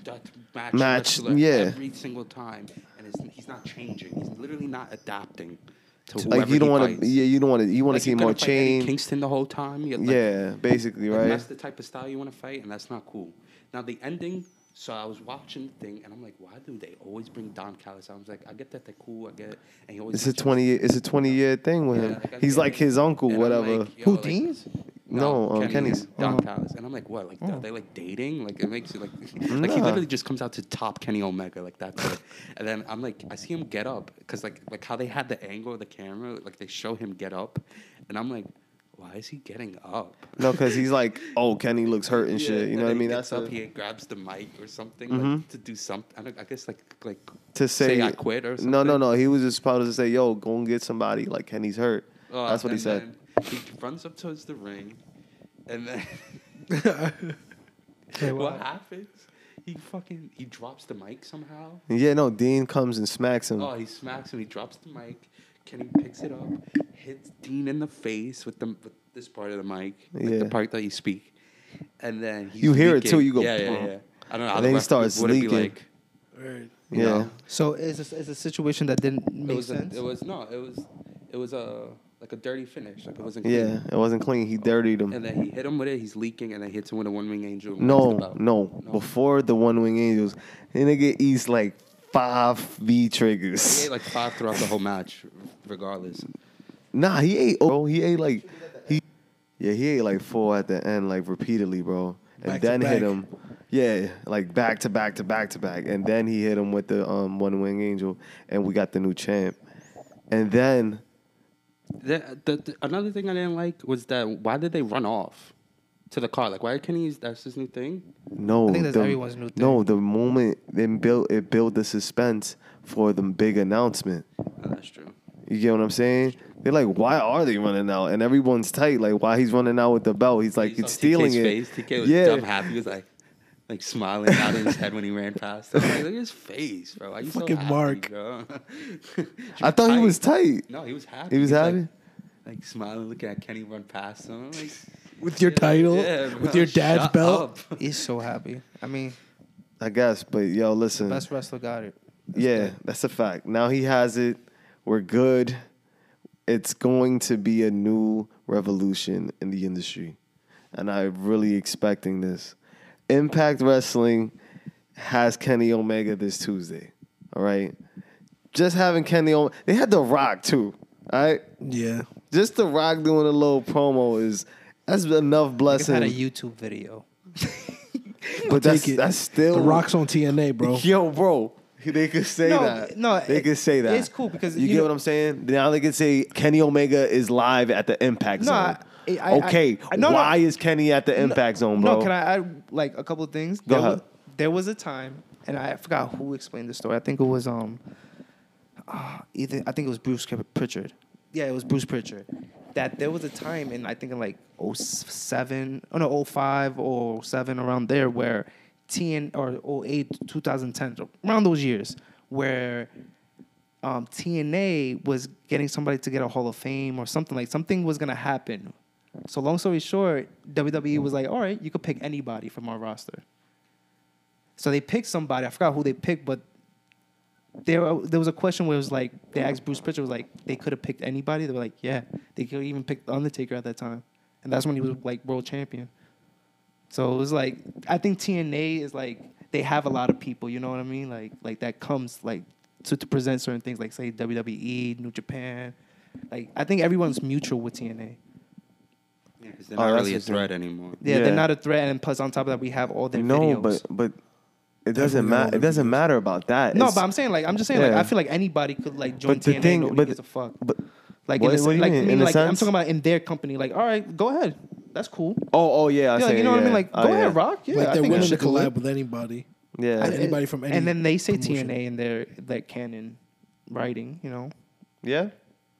death match,
Match,
wrestler
yeah.
every single time, and it's, he's not changing. He's literally not adapting to whoever
like you don't
want
want to. Yeah, you don't want to. You want to
Like,
see
you're
more
gonna fight Eddie
change.
Kingston the whole time. You're like,
yeah, basically,
Like,
right?
That's the type of style you want to fight, and that's not cool. Now the ending. So I was watching the thing, and I'm like, why do they always bring Don Callis? out? I was like, I get that they're cool, I get it. And he always
It's a
mentions-
twenty. It's a twenty year thing with
Yeah,
him.
like, I
he's
get
like
it.
his uncle,
And I'm
whoudini's
like, yo,
Who,
like,
Dean's?
No, um, Kenny's.
Don Callis. And I'm like, what? Like, are they like dating? Like, it makes you
*laughs*
like, like he
Nah.
literally just comes out to top Kenny Omega. Like, that's
*laughs*
it. And then I'm like, I see him get up because, like, like how they had the angle of the camera, like, they show him get up. And I'm like, why is he getting up?
no, because he's like, oh, Kenny looks hurt and
Yeah,
shit. You
and
know what I
then he
mean?
gets
That's
up.
a- Mm-hmm.
He grabs the mic or something like, to do something. I, don't, I guess like like
to say,
I quit or something.
No, no, no. He was just supposed to say, "Yo, go and get somebody." Like Kenny's hurt.
Uh,
That's what he
and
said.
then He runs up towards *laughs* the ring, and then what happens? He fucking he drops the mic somehow.
Yeah, no, Dean comes and smacks him.
Oh, he smacks him. He drops the mic. Kenny picks it up, hits Dean in the face with the with this part of the mic, like
Yeah.
the part that you speak, and then he's
You hear it,
leaking.
too, you go,
yeah, yeah,
"Pum."
yeah. I don't know.
And then he
otherwise
starts
would it be
leaking.
Like,
yeah.
So it's a, it's a situation that didn't
it
make
was a,
sense.
it was no, it was it was a like a dirty finish. Like it wasn't. clean.
Yeah, it wasn't clean. He dirtied him.
And then he hit him with it. He's leaking, and then hits him with a one wing angel. and
No,
knocks him out.
no, Before the One Wing Angels, the nigga eats like five V
He
triggers.
ate like five throughout the whole match, regardless.
nah, he ate. Oh, he ate like he. Yeah, he ate like four at the end, like repeatedly, bro. And
Back to
then hit
back.
him. Yeah, like back to back to back to back. And then he hit him with the um, One Wing Angel, and we got the new champ. And then
The, the, the- another thing I didn't like was that why did they run off to the car? Like why did Kenny? That's his new thing.
no,
I think that's everyone's new thing.
no, the moment it built it built the suspense for the big announcement.
Oh, that's true.
You get what I'm saying? They're like, why are they running out? And everyone's tight. Like, why he's running out with the belt? He's like,
You
it's
saw
stealing
TK's
it.
Face. TK was
yeah,
dumb happy. He was like, like smiling out in his head when he ran past. I was like, look at his face, bro. Why you
Fucking
so happy,
Mark.
bro? *laughs*
I thought he was tight.
No, he was happy.
He was
He's
happy.
Like, like smiling, looking at Kenny run past him. I'm *laughs* Like,
With your
yeah,
title,
yeah, bro,
with your dad's
shut
belt.
*laughs* up.
He's so happy. I mean,
I guess, but yo, listen.
best wrestler got it.
yeah, that's a fact. Now he has it. We're good. It's going to be a new revolution in the industry. And I'm really expecting this. Impact Wrestling has Kenny Omega this Tuesday. All right. Just having Kenny Omega. They had The Rock, too. All right.
Yeah.
Just the Rock doing a little promo is that's enough
Niggas had a
blessing.
YouTube video.
But that's
Take it.
that's still
the rocks on
*laughs*
TNA, bro.
Yo, bro, they could say
No,
that.
no,
they
it-
could say that.
it's cool because
you,
you
get
know-
what I'm saying. Now they could say Kenny Omega is live at the Impact
No,
Zone.
I- I-
okay,
I- no, no.
why is Kenny at the Impact Zone, bro?
No, can I add like a couple of things?
Go
there,
ahead.
Was, there was a time, and I forgot who explained the story. I think it was um, uh, either I think it was Bruce Kip- Pritchard. Yeah, it was Bruce Pritchard. That there was a time in I think in like 07, oh no, 05 or 07 around there where TN or 08, 2010, around those years where um, TNA was getting somebody to get a Hall of Fame or something like something was gonna happen. So long story short, WWE was like, all right, you could pick anybody from our roster. So they picked somebody. I forgot who they picked, but there there was a question where it was like they asked Bruce Pritchard was like they could have picked anybody. They were like, yeah, they could even pick the Undertaker at that time, and that's when he was like world champion. So it was like I think TNA is like they have a lot of people, you know what I mean? Like like that comes like to, to present certain things like say WWE, New Japan. Like I think everyone's mutual with TNA.
Yeah, 'cause they're
Oh,
not
that's
really a
the thing.
threat anymore.
Yeah,
Yeah.
they're not a threat, and plus on top of that, we have all their
no,
videos.
but but it doesn't
Definitely got all
matter.
the
It doesn't matter about that.
no,
It's-
but I'm saying like I'm just saying like
Yeah.
I feel like anybody could like join
But the
TNA.
thing-
nobody
but-
gives a fuck.
but-
like
what-
in a,
what do you
like,
mean?
I mean,
In a
like I'm
sense?
talking about in their company. Like all right, go ahead, that's cool.
oh oh yeah,
Yeah,
I see,
like, you know what I mean? Like
Oh,
go
yeah.
ahead, Rock. Yeah,
like
I
they're
think I
willing to
should do it.
collab with anybody.
Yeah,
And- anybody from any
And then they say
promotion.
TNA in their their canon writing, you know.
*laughs* yeah.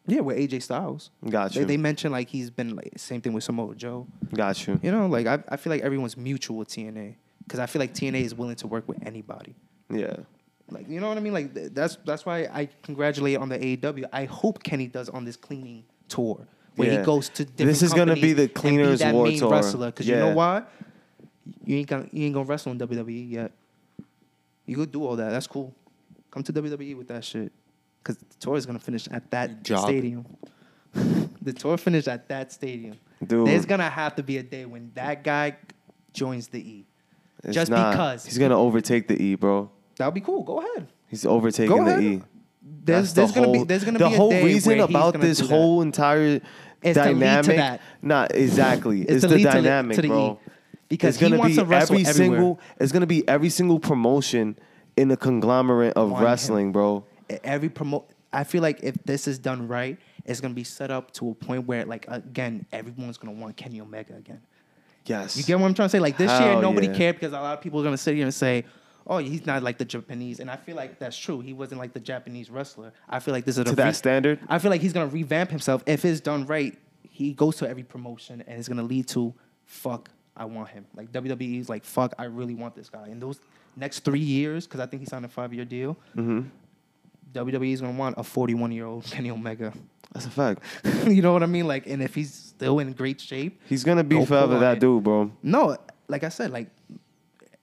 Yeah, with AJ Styles.
Got
They,
you.
they mentioned like he's been like same thing with Samoa Joe.
Got you.
You know, like I, I feel like everyone's mutual with TNA because I feel like TNA is willing to work with anybody.
Yeah.
Like you know what I mean? Like th- that's that's why I congratulate on the AEW. I hope Kenny does on this cleaning tour where
Yeah.
he goes to different.
This is gonna be
companies
the
and be
cleaners
that
war
main
tour.
wrestler because you
Yeah.
know why? You ain't gonna you ain't gonna wrestle in WWE yet. You could do all that. That's cool. Come to WWE with that shit because the tour is gonna finish at that
Job.
stadium. *laughs* the tour finished at that stadium.
Dude.
There's gonna have to be a day when that guy joins the E.
It's
Just
not-
because.
he's gonna overtake the E, bro.
That'll be cool. Go ahead.
He's overtaking
Go
the
ahead.
E.
There's,
That's
there's
the
gonna be
whole-
there's gonna
the
be a
whole
day
reason
where he's
about
gonna
this
do that.
whole entire
It's to lead to
dynamic.
that.
Not exactly. It's,
to
the
lead to
dynamic,
to the
bro.
E. Because
it's
he
gonna
wants
be
to wrestle
every
everywhere.
single. It's gonna be every single promotion in the conglomerate of
On him.
wrestling, bro.
E, every promo. I feel like if this is done right, it's gonna be set up to a point where like again everyone's gonna want Kenny Omega again.
Yes.
You get what I'm trying to say? Like this
Hell
year, nobody
yeah.
cared because a lot of people are gonna sit here and say, "Oh, he's not like the Japanese," and I feel like that's true. He wasn't like the Japanese wrestler. I feel like this is
To that standard?
I feel like he's gonna revamp himself if it's done right. He goes to every promotion and it's E gonna lead to fuck. I want him. Like WWE's like fuck. I really want this guy. And those next three years, because I think he signed a five year deal,
Mm-hmm.
WWE is going to want a 41 year old Kenny Omega.
That's a fact. *laughs*
*laughs* you know what I mean? Like, and if he's still in great shape,
He's gonna be
Don't pull
forever
on
that
it.
dude, bro.
No, like I said, like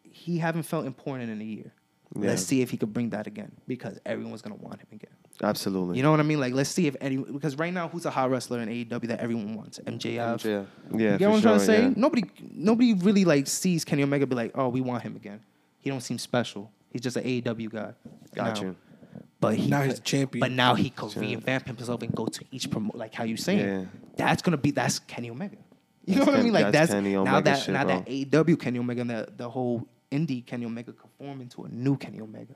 he haven't felt important in a year. Let's
Yeah.
see if he could bring that again because everyone's gonna want him again.
Absolutely.
You know what I mean? Like let's see if any because right now who's a hot wrestler in AEW that everyone wants? MJF.
MJF.
yeah.
You
for
get what I'm trying to
sure,
say?
yeah.
Nobody nobody really like sees Kenny Omega be like, oh, we want him again. He don't seem special. He's just an AEW guy.
Got
now.
you.
But he
Now he's
could-
the champion.
But now he could reinvamp himself and go to each promo like how you saying.
Yeah.
That's gonna be that's Kenny Omega. You know
That's
what I
Ken-
mean? Like
that's
that's,
Kenny
now
Omega
that
shit,
now that
bro.
AEW Kenny Omega and the, the whole indie Kenny Omega could form into a new Kenny Omega.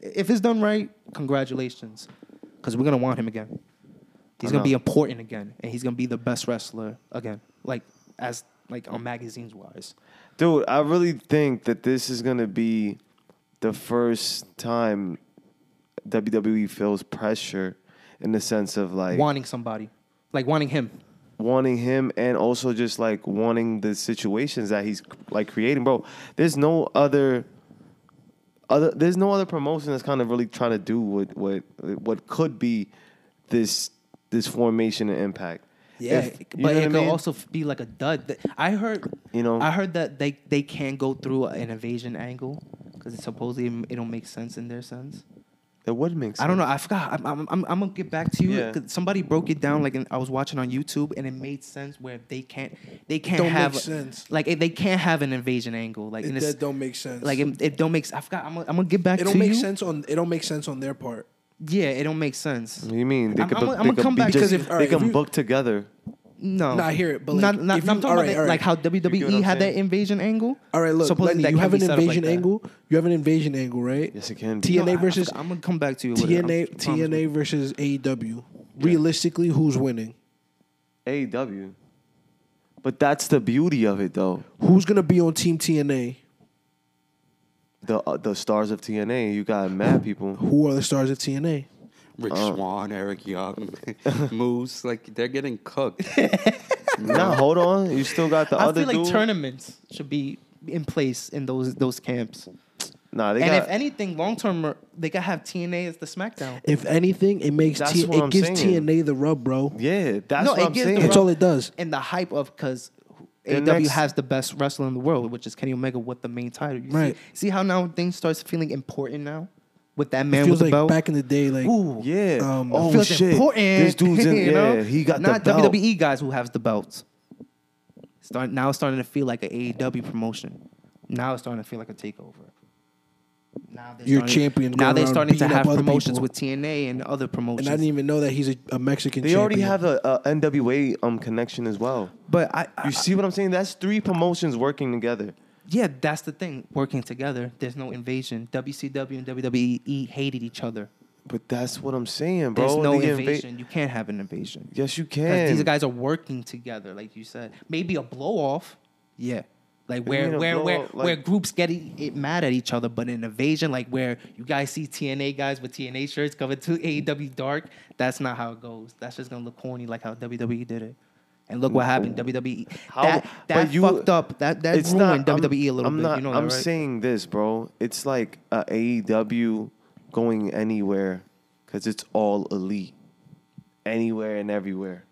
If it's done right, congratulations, because we're gonna want him again. He's
I
gonna be
know.
important again, and he's gonna be the best wrestler again. Like as like on magazines wise.
Dude, I really think that this is gonna be the first time WWE feels pressure in the sense of like
wanting somebody, like wanting him.
wanting him and also just like wanting the situations that he's like creating, bro. There's no other other there's no other promotion that's kind of really trying to do what what what could be this this formation and impact. If- you
but
know what I
it could
mean?
also be like a dud. Th- I heard,
You know?
I heard that they they can go through an invasion angle because supposedly m- it don't make sense in their sense.
it would make sense.
I don't know. I forgot. I'm, I'm, I'm, I'm gonna get back to you.
Yeah.
'cause Somebody broke it down like in, I was watching on YouTube, and it made sense where they can't, they can't
Don't make
have
sense.
like they can't have an invasion angle. Like
It,
and it's,
that don't make sense.
like it, it don't make. s- I forgot. I'm, gonna- I'm gonna get back
it
to
don't make
you.
sense on it don't make sense on their part.
Yeah, it don't make sense.
What do you mean? They
I'm-
could
I'm
book-
gonna-
they
I'm gonna
could
come
be
back, 'cause
just-
if-
they
alright,
can
if you-
book together.
No,
Nah, I hear it, but, like,
not, not,
if
I'm
you-
talking
alright,
about
alright.
like how WWE
I'm
had
saying?
that invasion angle.
All right, look,
Supposedly
Lenny,
that
you
can
have
be
an
set up like
invasion
that.
angle. You have an invasion angle, right?
Yes, it can. be.
TNA
No, I- I
versus
forgot. I'm gonna come back to you. with it. I'm-
TNA
I promise
TNA versus AEW. Realistically, who's winning?
AEW. E But that's the beauty of it, though.
Who's gonna be on Team TNA?
The uh, the stars of TNA. You got
*laughs*
mad people.
Who are the stars of TNA?
Rich
Oh.
Swan, Eric
*laughs*
Young, *laughs* Moose, like they're getting cooked.
nah, hold on. You still got the
I
other
feel like
dude.
tournaments should be in place in those those camps.
nah, they
and
got.
if anything, long term, they could have TNA as the SmackDown.
If anything, it makes
That's
T-
what
it
I'm
gives
saying.
TNA the rub, bro.
yeah, that's
No,
what
it
I'm
gives the
saying.
That's
rub-
all it does.
And the hype of because
The
AW
next-
has the best wrestler in the world, which is Kenny Omega with the main title. You see-
Right.
See, how now things starts feeling important now with that man
It
with
feels
the
like
belt.
back in the day, like
Ooh,
yeah.
Um,
oh
feels
shit.
important.
This
*laughs*
dude's in.
you know?
yeah, he got
not E
the belt.
WWE guys who have the belts. Start now, it's starting to feel like an AEW promotion. Now it's starting to feel like a takeover. Now they're
Your
starting-
champion
Now
going
they're
around
starting to
beating
have
up other
promotions
people.
with TNA and other promotions.
and I didn't even know that he's a, a Mexican.
They already
champion.
have a, a NWA um connection as well.
but I, I-
You see what I'm saying? That's three promotions working together.
yeah, that's the thing. Working together, there's no invasion. WCW and WWE hated each other.
But that's what I'm saying, bro.
There's no
The inva-
invasion. you can't have an invasion.
Yes, you
'Cause
can.
These guys are working together, like you said. Maybe a blow off. Yeah. Like
do you
where
mean
where
a
where,
blow-off? Like-
where groups get e- it mad at each other, but an invasion, like where you guys see TNA guys with TNA shirts covered to AEW Dark, that's not how it goes. That's just gonna look corny, like how WWE did it. And look what happened, WWE.
How-
that
but
that
you-
fucked up. That that
it's
ruined
not I'm-
WWE E a little
I'm
bit.
Not,
you know
I'm
that, right?
saying this, bro. It's like a AEW going anywhere because it's all elite, anywhere and everywhere.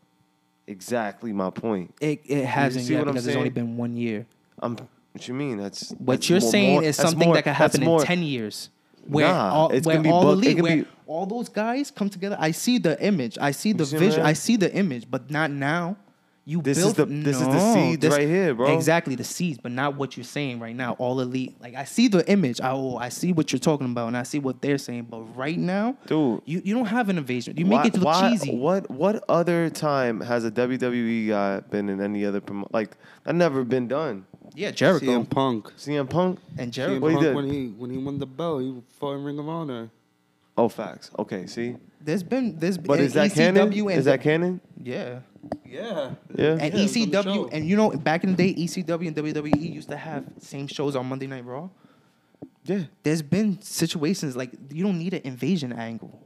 Exactly my point.
it it hasn't
see
yet
what I'm
because it's only
saying?
been one year.
I'm. What you mean? That's
What
that's
you're
more-
saying
more-
is
that's
something
more-
that could
that's
happen
more-
in ten years. Where
Nah,
all,
it's
where
gonna be
all
bu- it
elite,
can
where
be-
all those guys come together. I see the image. I see the
see what I'm
vision.
saying?
I see the image, but not now. You
This is
built,
the- this is the
no,
seeds right here, bro.
Exactly the seeds, but not what you're saying right now. All elite. Like I see the image. I, oh, I see what you're talking about, and I see what they're saying. But right now,
Dude.
you, you don't have an invasion. You make it look cheesy.
What what other time has a WWE guy been in any other promo? Like that never been done.
Yeah, Jericho
CM Punk.
CM Punk.
and
CM
Jericho.
What he
Punk
did?
when he when he won the belt, he fought in Ring of Honor.
Oh, facts. Okay, see.
There's been there's
But
and
is that canon?
ECW and
Is that canon?
yeah.
Yeah.
Yeah.
And
it was on the show.
ECW, and you know, back in the day, ECW and WWE used to have same shows on Monday Night Raw.
yeah.
There's been situations like you don't need an invasion angle.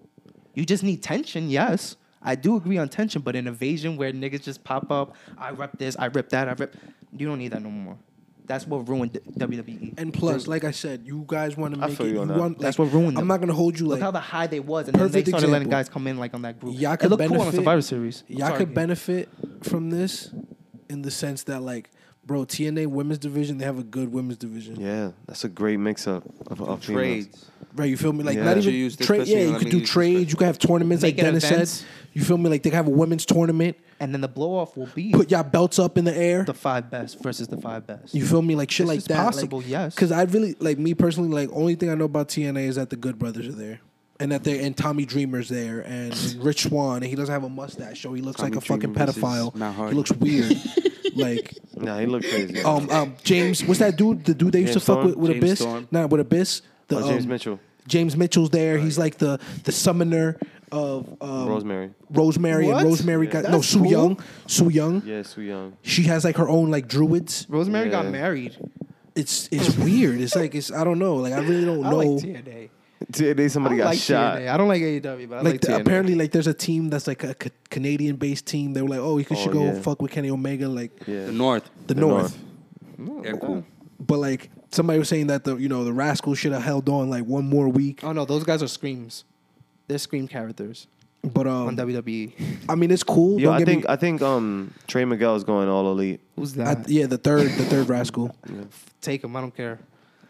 You just need tension, yes. I do agree on tension, but an invasion where niggas just pop up, I rep this, I rip that, I rip. You don't need that no more. That's what ruined WWE.
And plus, like I said, you guys want to
I
make
feel
it.
you on that.
want,
That's
like,
what ruined
I'm
them.
not gonna hold you
Look how
like
the high they was, and then they
Perfect
started letting
example.
guys come in like on that group.
Y'all
it
could
looked cool on the
benefit-
Survivor Series. I'm
y'all
sorry,
could
Gabe.
benefit from this in the sense that like, bro, TNA women's division they have a good women's division.
Yeah, that's a great mix up of, of females.
Trades.
Right, you feel me? Like
Yeah.
not
Could
even
you use this
trade.
person?
Yeah, you
Let
could
me
do
use this
trades.
person.
You could have tournaments,
Make
like
it
Dennis
events.
said. You feel me? Like they could have a women's tournament.
and then the blow off will be
Put y'all belts up in the air.
the five best versus the five best.
You feel me? Like shit
This
like
is
that. like-
possible, yes.
Cause I really like me personally, like only thing I know about TNA is that the Good Brothers are there. And that they and Tommy Dreamer's there and Rich Swan and he doesn't have a mustache, so he looks
Tommy
like a fucking
Dreamer versus Matt
pedophile.
Hardy.
He looks weird. like
Nah, he looked crazy.
Oh,
um um James what's that dude? The dude they used
James
to fuck
Storm?
with, with
James
Abyss?
Storm?
Nah, with Abyss. The,
Oh, James
um,
Mitchell.
James Mitchell's there. He's like the the summoner of um,
Rosemary.
Rosemary
What?
and Rosemary got no
That's
Sue
cool.
Young. Sue Young.
Yeah, Sue Young.
She has like her own like druids.
Rosemary
Yeah.
got married.
It's it's weird. It's like it's I don't know. Like I really don't
I
know.
like TNA.
They
I
somebody
don't
got
like
shot.
TNA. I don't like AEW, but I
like
like,
the-
TNA.
apparently like there's a team that's like a Canadian based team. They were like, oh, you could should
Oh,
go
yeah.
fuck with Kenny Omega, like
Yeah.
The North.
the, North.
Yeah, cool.
But like somebody was saying that the you know the Rascals should have held on like one more week.
Oh no, those guys are screams. They're scream characters
But
on E.
um, *laughs*
WWE.
I mean it's cool.
Yo,
Don't
I
get me-
think I think um Trey Miguel is going all elite.
Who's
I-
that?
yeah, the third the
*laughs*
third Rascal.
Take him. I don't care.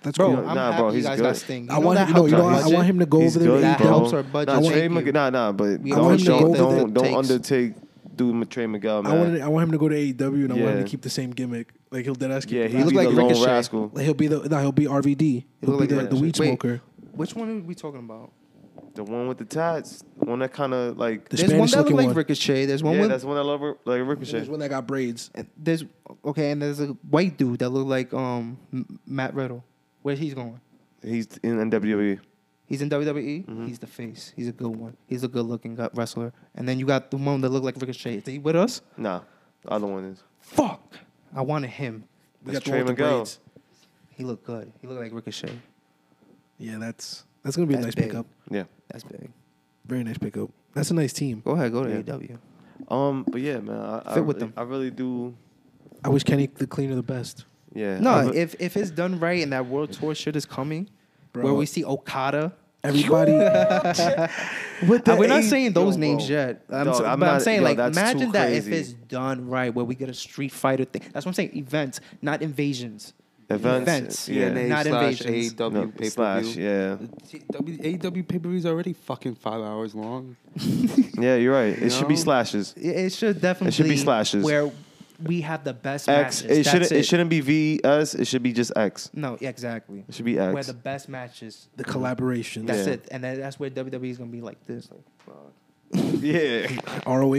That's
Bro,
cool.
Yeah,
I'm
nah,
happy
bro,
you
he's
guys
good.
got Sting.
I want
that
him. No,
helps
you know
our
what? I
budget?
want him to go
He's
over there.
good,
and
That
get
bro.
helps our budget.
Nah,
Thank
Trey
you.
Miguel. Nah, nah, but
We
want him
don't
to
don't
go through
don't,
the
don't
takes.
undertake do Ma- Trray Miguel, man.
I want, I want him to go to AEW and I want him
Yeah.
to keep the same gimmick. Like he'll dead ass keep.
yeah,
the
he
Rascal.
looked
looked
like
like
the lone
Ricochet.
rascal.
Like, he'll be the no, he'll be RVD. He'll be
Like,
the,
wait,
the weed
wait,
smoker.
Which one are we talking about?
The one with the tats, the one that kind of like
The
There's one that
Spanish-looking
looked
one.
like Ricochet. There's one
yeah,
with
that's the one I love, like
There's
Ricochet.
one that got braids.
And there's okay, and there's a white dude that looked like um M- Matt Riddle. Where's he's going?
He's in WWE.
He's in WWE.
Mm-hmm.
He's the face. He's a good one. He's a good looking gut wrestler. And then you got the one that looked like Ricochet. Is he with us?
Nah, the other one is
Fuck! I wanted him.
We
That's
got the one
Trey
with the
Miguel.
braids.
He looked good. He looked like Ricochet.
Yeah, that's that's gonna be a
That's
nice
big.
pickup.
yeah.
That's big.
Very nice pickup. That's a nice team.
Go ahead, go to
Yeah.
AEW.
Um, but yeah, man, I, I
Fit with
really-
them.
I really do.
I wish Kenny the cleaner the best.
Yeah.
No,
I re-
if if it's done right and that world tour shit is coming, where
Bro.
we see Okada.
Everybody. *laughs* With
Uh,
the
we're not
A- E
saying those
Yo,
names
bro.
yet. I'm
Dog,
so-
I'm
but I'm
not-
saying
yo,
like
that's too
imagine that if
crazy.
it's done right, where we get a Street Fighter thing. That's what I'm saying. Events, not invasions.
Events, yeah.
Yeah. Not
slash
invasions.
AEW
No,
pay-per-view.
slash, yeah.
T- W- AEW pay per view is already fucking five hours long.
yeah, you're right. It should be
know?
slashes.
It, it should definitely
slashes.
where we have the best
X.
matches.
It shouldn't.
That's
It. shouldn't be VS. It should be just X.
No, yeah, exactly.
It should be
Where
X.
the best matches.
the collaboration.
That's
Yeah.
it, and then that's where WWE is gonna be like this. Like,
yeah.
*laughs* ROH.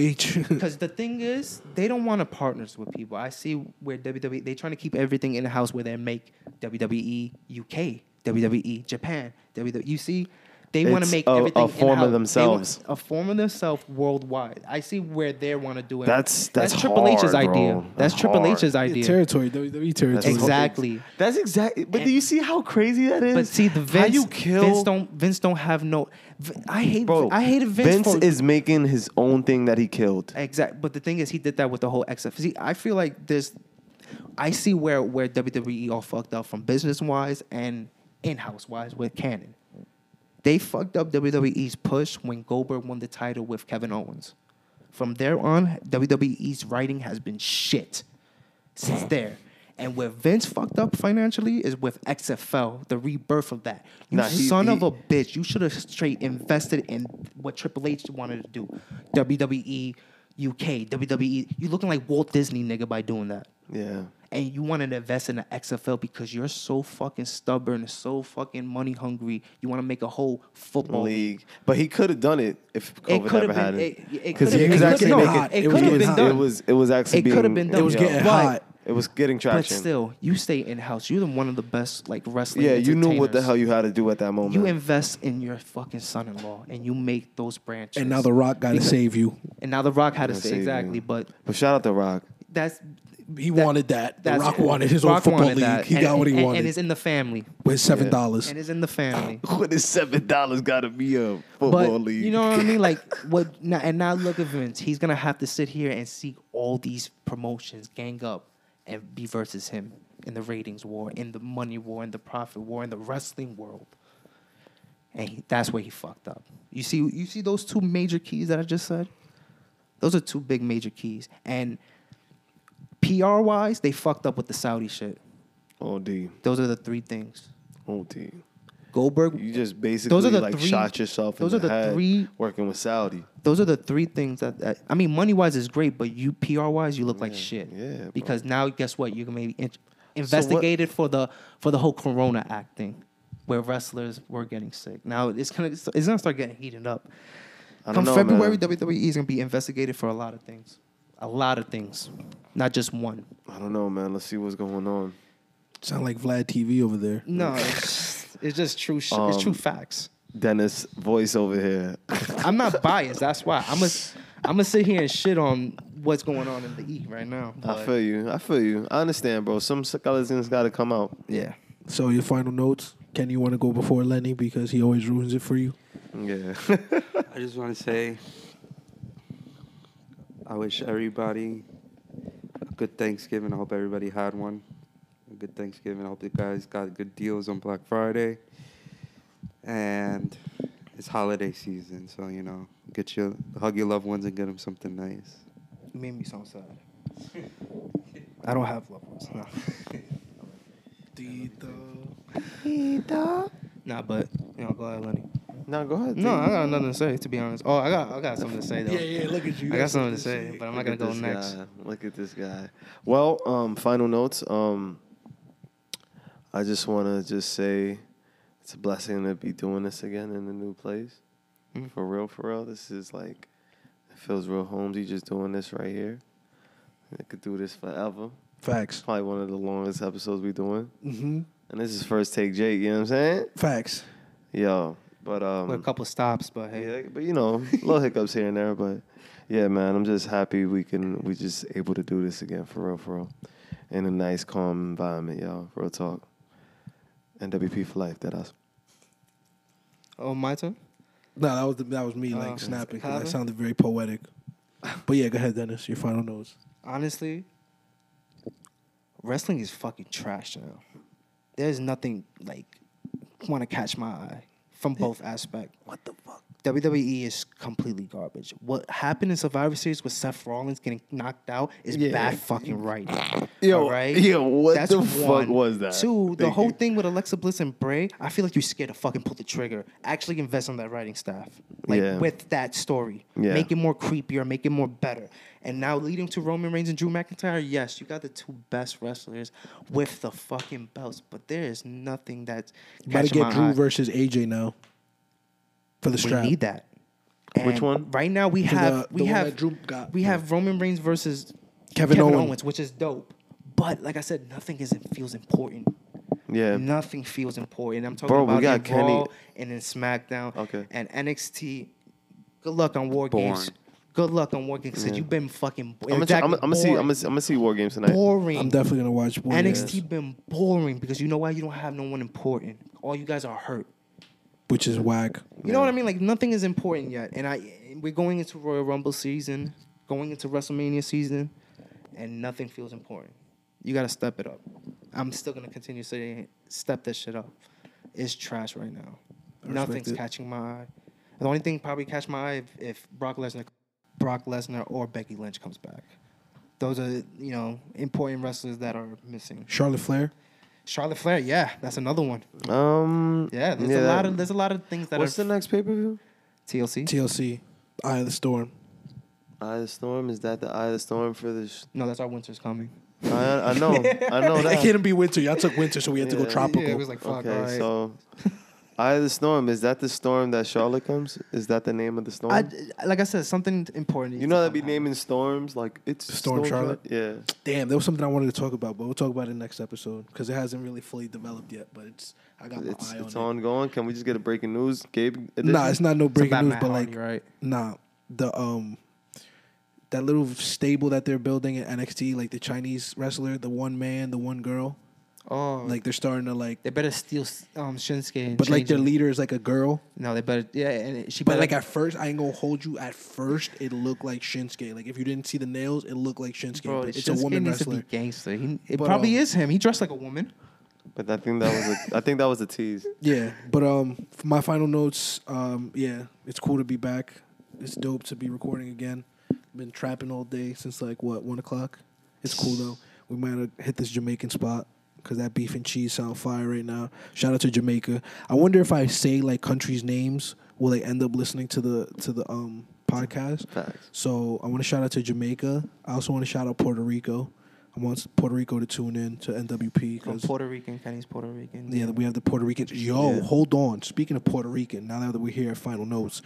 Because the thing is, they don't want to partners with people. I see where WWE they trying to keep everything in the house where they make E WWE UK, WWE E Japan, WWE. You see, they want to
It's
make
a- a
everything
form of
in-house. They want
themselves.
a form of themselves worldwide. I see where they want to do it.
That's- that's
Triple H's
hard,
idea.
bro.
That's,
That's
Triple
hard.
H's idea.
territory. WWE territory.
That's-
exactly.
That's exactly. But do you see how crazy that is?
But see, the
how
Vince,
you kill
Vince don't Vince don't have no. Vin- I hate
bro.
I hated Vince. for,
is making his own thing that he killed.
Exact. But the thing is, he did that with the whole XFC. I feel like there's, I see where where WWE all fucked up from business wise and in house wise with Canon. They fucked up WWE's push when Goldberg won the title with Kevin Owens. From there on, WWE's writing has been shit since there. And where Vince fucked up financially is with XFL, the rebirth of that. You
Nah, he-
son
he-
of a bitch. You should have straight invested in what Triple H wanted to do. E, WWE UK, WWE. E. You looking like Walt Disney nigga by doing that.
Yeah.
And you wanted to invest in the XFL because you're so fucking stubborn and so fucking money hungry. You want to make a whole football league.
League, but he could have done it if COVID
could
never
have
had
Oh. been-
it.
it- it
could've been-
actually
it was
making-
hot.
it,
It
was
could've
getting-
been done.
It was. It was actually.
It could've
being-
been done.
It was
yeah.
getting
But-
hot.
It was getting
But
traction.
still, you stay in house. You're the one of the best like wrestling.
yeah, you knew what the
entertainers.
hell you had to do at that moment.
You invest in your fucking son-in-law, and you make those branches.
And now The Rock got to
Because-
save you.
And now the Rock had to
Gotta
say
save
exactly,
you.
but
but shout out to Rock. *laughs*
that's
He
that-
wanted that. The
that's-
Rock wanted his own
Rock
football
wanted
league.
that.
He
And-
got what he
and-
wanted
and it's in the family.
with seven dollars.
And it's in the family.
What is seven dollars got to be a football
But
league?
you know what I
*laughs*
mean? Like what? Now, and now look at Vince. He's gonna have to sit here and seek all these promotions, gang up, and be versus him in the ratings war, in the money war, in the profit war, in the wrestling world. And he, that's where he fucked up. You see, you see those two major keys that I just said. Those are two big major keys. And PR wise, they fucked up with the Saudi shit.
OD.
Those are the three things.
OD.
Goldberg.
You just basically
the
like
three-
shot yourself in
those
the,
are the
head
three-
working with Saudi.
those are the three things that, that- I mean. Money wise is great, but you PR wise, you look like shit.
yeah, bro.
Because now, guess what? You can maybe in- investigated for the for the whole Corona act thing, where wrestlers were getting sick. Now it's gonna it's gonna start getting heated up.
I
Come
don't know,
February,
man.
WWE is gonna be investigated for a lot of things, a lot of things, not just one.
I don't know, man. Let's see what's going on.
Sound like Vlad TV over there.
*laughs* No, it's just, it's just true. Sh- it's true facts.
Dennis voice over *laughs* here.
Um, I'm not biased. That's why I'm gonna I'm gonna sit here and shit on what's going on in the E right now.
I
but-
feel you. I feel you. I understand, bro. Some skeletons got to come out.
yeah.
So your final notes. Kenny, you want to go before Lenny because he always ruins it for you.
Yeah. *laughs*
I just want to say, I wish everybody a good Thanksgiving. I hope everybody had one. A good Thanksgiving. I hope you guys got good deals on Black Friday. And it's holiday season, so you know, get your hug your loved ones and get them something nice.
You made me sound sad. I don't have loved ones. Nah. nah, but you know, go ahead, Lenny.
no, go ahead.
No,
dude.
I got nothing to say. To be honest, oh, I got I got something to say though.
Look at you.
I got something to say, but I'm not gonna
Look
go
at this
next.
guy. Look at this guy. Well, um, final notes. Um, I just want to just say it's a blessing to be doing this again in a new place.
Mm.
For real, for real. This is like, it feels real homesy just doing this right here. I could do this forever.
Facts.
Probably one of the longest episodes we doing.
Mm-hmm.
hmm
And this is first take Jake, you know what I'm saying?
Facts.
Yo. But um
With a couple stops, but hey,
yeah, but
*laughs*
you know, little hiccups here and there, but yeah, man, I'm just happy we can we just able to do this again for real, for real, in a nice, calm environment, y'all. Real talk. NWP for life. That us.
oh my turn.
No, that was the, that was me
Uh,
like snapping. 'cause
Calvin?
That sounded very poetic. But yeah, go ahead, Dennis. Your final notes.
Honestly, wrestling is fucking trash now. There's nothing like want to catch my eye from both aspects. What the fuck? WWE is completely garbage. What happened in Survivor Series with Seth Rollins getting knocked out is bad fucking writing.
*laughs* Yo,
All right?
yo, what the
one.
fuck was that?
Two, the
Thank
whole
you.
thing with Alexa Bliss and Bray, I feel like you're scared to fucking pull the trigger. Actually invest on that writing staff. Like
Yeah.
with that story.
Yeah.
Make it more creepier, make it more better. And now leading to Roman Reigns and Drew McIntyre, yes, you got the two best wrestlers with the fucking belts, but there is nothing that's
About to
catching
get
my
Drew
eye.
versus AJ now for the strap.
We need that.
Which
And
one?
Right now we
To
have
the- uh,
we
the one
have
that Drew got.
we have Roman Reigns versus
Kevin
Kevin,
Owens.
Owens. which is dope. But like I said, nothing is feels important.
Yeah.
Nothing feels important. I'm talking
Bro, we
about
got
in
Kenny-
Raw and in SmackDown.
Okay.
And NXT. Good luck on War Games.
Boring.
Good luck on War Games because you've been fucking.
I'm gonna,
exactly,
I'm, gonna see. I'm
boring.
gonna, see- I'm gonna see War Games tonight.
boring.
I'm definitely gonna watch one of
NXT
those,
been boring because you know why you don't have no one important. All you guys are hurt.
which is whack.
You know what I mean? Like nothing is important yet, and I we're going into Royal Rumble season, going into WrestleMania season, and nothing feels important. You gotta step it up. I'm still gonna continue saying step this shit up. It's trash right now. Nothing's
it.
catching my eye. The only thing probably catch my eye if, if Brock Lesnar, Brock Lesnar or Becky Lynch comes back. Those are you know important wrestlers that are missing.
Charlotte Flair.
Charlotte Flair, yeah, that's another one.
Um.
Yeah, there's a
that-
lot of there's a lot of things that
What's
are
the next pay per view?
TLC.
TLC, Eye of the Storm.
Eye of the Storm. Is that the Eye of the Storm for this?
no, that's our winter's coming.
I,
*laughs*
I know. I know
It
that.
couldn't be winter. Y'all took winter, so we had to go
Yeah.
tropical.
Oh, Yeah, it was like fuck.
Okay,
all right.
so Eye of the Storm. Is that the storm that Charlotte comes? Is that the name of the storm?
I, like I said, something important.
You know that'd be naming storms like it's
Storm
Yeah,
Damn, there was something I wanted to talk about, but we'll talk about it next episode because it hasn't really fully developed yet. But it's I got my
it's
eye
it's
on it.
ongoing. Can we just get a breaking news, Gabe? edition?
Nah, it's not no breaking news, but like
right?
nah, the um that little stable that they're building at NXT, like the Chinese wrestler, the one man, the one girl.
Oh,
Like they're starting to like,
they better steal um, Shinsuke. And
but like their
change him.
leader is like a girl.
No, they better. Yeah, and it- she.
But
better,
like at first, I ain't gonna hold you. At first, it looked like Shinsuke. Like if you didn't see the nails, it looked like Shinsuke.
bro,
but it's
Shinsuke
a woman
needs
wrestler.
To be gangster. He, it
But,
probably
um,
is him. He dressed like a woman.
But I think that was a, I think that was a tease.
Yeah, but um, for my final notes, um, yeah, it's cool to be back. It's dope to be recording again. Been trapping all day since like what one o'clock. It's cool though. We might have hit this Jamaican spot because that beef and cheese sound fire right now. Shout out to Jamaica. I wonder if I say like countries' names, will they end up listening to the to the um podcast?
Facts.
So I want to shout out to Jamaica. I also want to shout out Puerto Rico. I want Puerto Rico to tune in to NWP
I'm
because
Puerto Rican. Kenny's Puerto Rican.
yeah, we have the Puerto Ricans. Yo,
Yeah.
hold on. Speaking of Puerto Rican, now that we're here at Final Notes,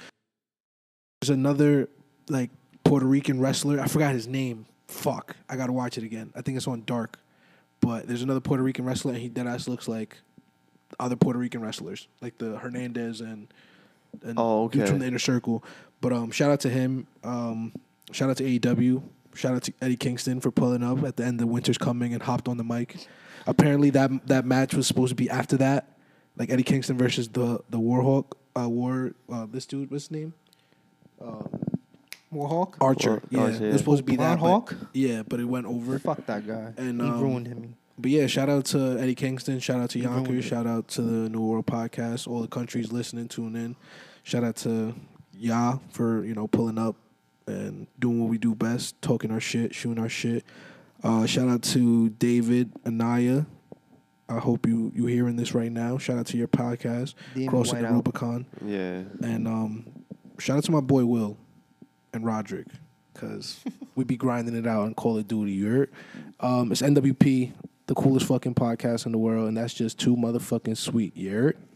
there's another like Puerto Rican wrestler. I forgot his name. Fuck, I gotta watch it again. I think it's on Dark. But there's another Puerto Rican wrestler, and he deadass looks like other Puerto Rican wrestlers, like the Hernandez and and
Oh,
dudes from
okay.
the inner circle. But um, shout out to him. Um, shout out to AEW. Shout out to Eddie Kingston for pulling up at the end of Winter's Coming and hopped on the mic. Apparently that that match was supposed to be after that, like Eddie Kingston versus the the Warhawk. Uh, War. Uh, this dude, what's his name?
Warhawk.
Archer.
War-
yeah,
Archer,
it
yeah.
was supposed to be that.
Warhawk?
But, yeah, but it went over.
Fuck that guy.
And,
he
um,
ruined him.
But yeah, shout out to Eddie Kingston. Shout out to
You ruined
Yonker.
it.
Shout out to the New World Podcast. All the countries listening, tune in. Shout out to Ya for you know pulling up and doing what we do best, talking our shit, shooting our shit. Uh, shout out to David Anaya. I hope you you hearing this right now. Shout out to your podcast,
DM
Crossing the
Whiteout.
Rubicon,
Yeah.
and um, shout out to my boy Will and Roderick because we be grinding it out on Call of Duty. You heard? Um, it's NWP, the coolest fucking podcast in the world, and that's just too motherfucking sweet. You heard?